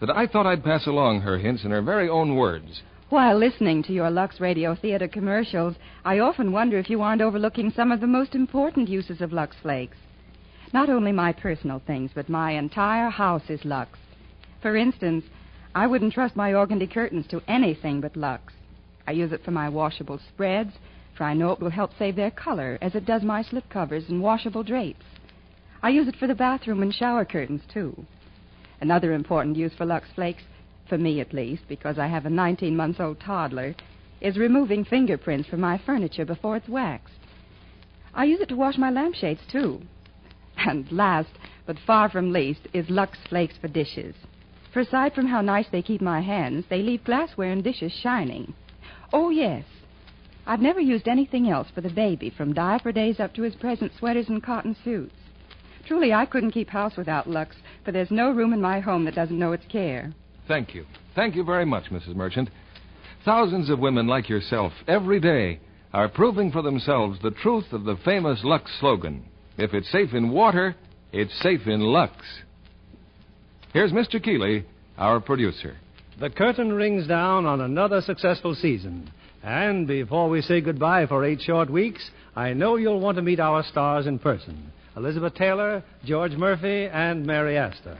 that I thought I'd pass along her hints in her very own words. While listening to your Lux Radio Theater commercials, I often wonder if you aren't overlooking some of the most important uses of Lux Flakes. Not only my personal things, but my entire house is Lux. For instance, I wouldn't trust my organdy curtains to anything but Lux. I use it for my washable spreads, for I know it will help save their color, as it does my slipcovers and washable drapes. I use it for the bathroom and shower curtains, too. Another important use for Lux Flakes for me at least, because I have a 19 month old toddler, is removing fingerprints from my furniture before it's waxed. I use it to wash my lampshades, too. And last, but far from least, is Lux Flakes for dishes. For aside from how nice they keep my hands, they leave glassware and dishes shining. Oh, yes. I've never used anything else for the baby, from diaper days up to his present sweaters and cotton suits. Truly, I couldn't keep house without Lux, for there's no room in my home that doesn't know its care. Thank you. Thank you very much, Mrs. Merchant. Thousands of women like yourself every day are proving for themselves the truth of the famous Lux slogan if it's safe in water, it's safe in Lux. Here's Mr. Keeley, our producer. The curtain rings down on another successful season. And before we say goodbye for eight short weeks, I know you'll want to meet our stars in person Elizabeth Taylor, George Murphy, and Mary Astor.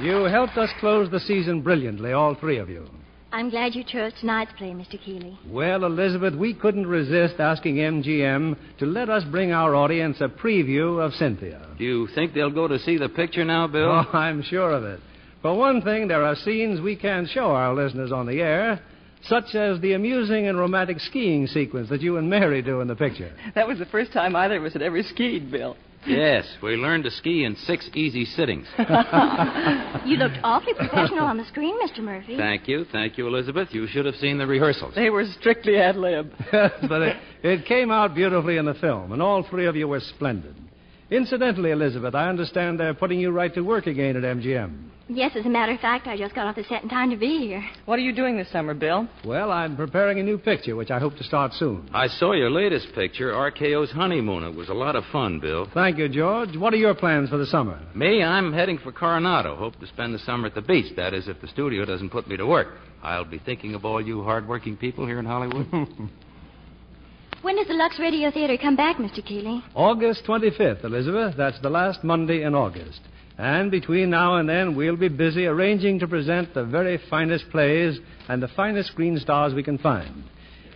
You helped us close the season brilliantly, all three of you. I'm glad you chose tonight's play, Mr. Keeley. Well, Elizabeth, we couldn't resist asking MGM to let us bring our audience a preview of Cynthia. Do you think they'll go to see the picture now, Bill? Oh, I'm sure of it. For one thing, there are scenes we can't show our listeners on the air, such as the amusing and romantic skiing sequence that you and Mary do in the picture. That was the first time either of us had ever skied, Bill. Yes, we learned to ski in six easy sittings. You looked awfully professional on the screen, Mr. Murphy. Thank you, thank you, Elizabeth. You should have seen the rehearsals. They were strictly ad lib. but it, it came out beautifully in the film, and all three of you were splendid. Incidentally, Elizabeth, I understand they're putting you right to work again at MGM. Yes, as a matter of fact, I just got off the set in time to be here. What are you doing this summer, Bill? Well, I'm preparing a new picture, which I hope to start soon. I saw your latest picture, RKO's Honeymoon. It was a lot of fun, Bill. Thank you, George. What are your plans for the summer? Me, I'm heading for Coronado. Hope to spend the summer at the beach. That is, if the studio doesn't put me to work. I'll be thinking of all you hardworking people here in Hollywood. When does the Lux Radio Theater come back, Mr. Keeley? August 25th, Elizabeth. That's the last Monday in August. And between now and then, we'll be busy arranging to present the very finest plays and the finest screen stars we can find.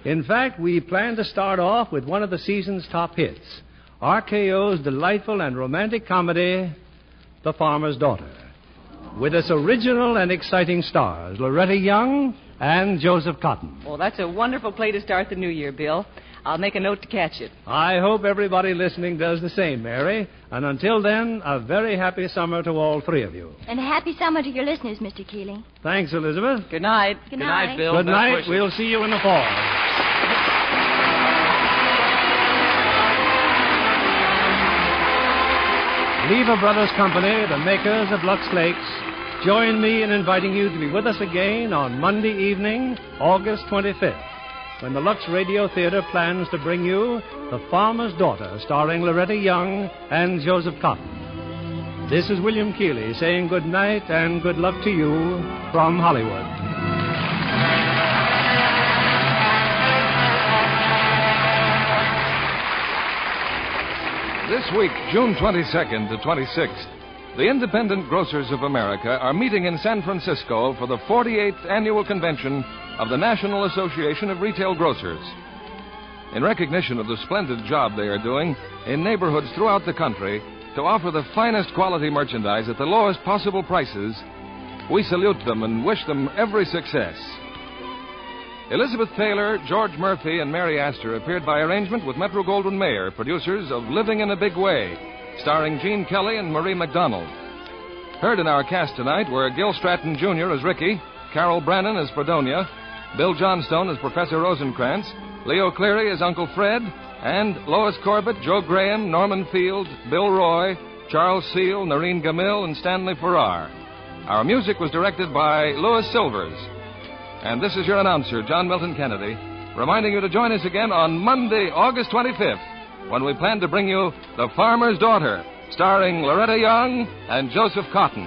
In fact, we plan to start off with one of the season's top hits RKO's delightful and romantic comedy, The Farmer's Daughter, with its original and exciting stars, Loretta Young and Joseph Cotton. Well, that's a wonderful play to start the new year, Bill. I'll make a note to catch it. I hope everybody listening does the same, Mary. And until then, a very happy summer to all three of you. And a happy summer to your listeners, Mr. Keeley. Thanks, Elizabeth. Good night. Good Good night. night, Bill. Good Best night. wishes. We'll see you in the fall. Lever Brothers Company, the makers of Lux Flakes, join me in inviting you to be with us again on Monday evening, August 25th. when the Lux Radio Theater plans to bring you The Farmer's Daughter, starring Loretta Young and Joseph Cotton. This is William Keeley saying good night and good luck to you from Hollywood. This week, June 22nd to 26th, the Independent Grocers of America are meeting in San Francisco for the 48th Annual Convention of the National Association of Retail Grocers. In recognition of the splendid job they are doing in neighborhoods throughout the country to offer the finest quality merchandise at the lowest possible prices, we salute them and wish them every success. Elizabeth Taylor, George Murphy, and Mary Astor appeared by arrangement with Metro Goldwyn Mayer, producers of Living in a Big Way, starring Gene Kelly and Marie McDonald. Heard in our cast tonight were Gil Stratton Jr. as Ricky, Carol Brannon as Fredonia, Bill Johnstone as Professor Rosencrantz, Leo Cleary as Uncle Fred, and Lois Corbett, Joe Graham, Norman Field, Bill Roy, Charles Seal, Noreen Gamil, and Stanley Farrar. Our music was directed by Louis Silvers. And this is your announcer, John Milton Kennedy, reminding you to join us again on Monday, August 25th, when we plan to bring you The Farmer's Daughter, starring Loretta Young and Joseph Cotton.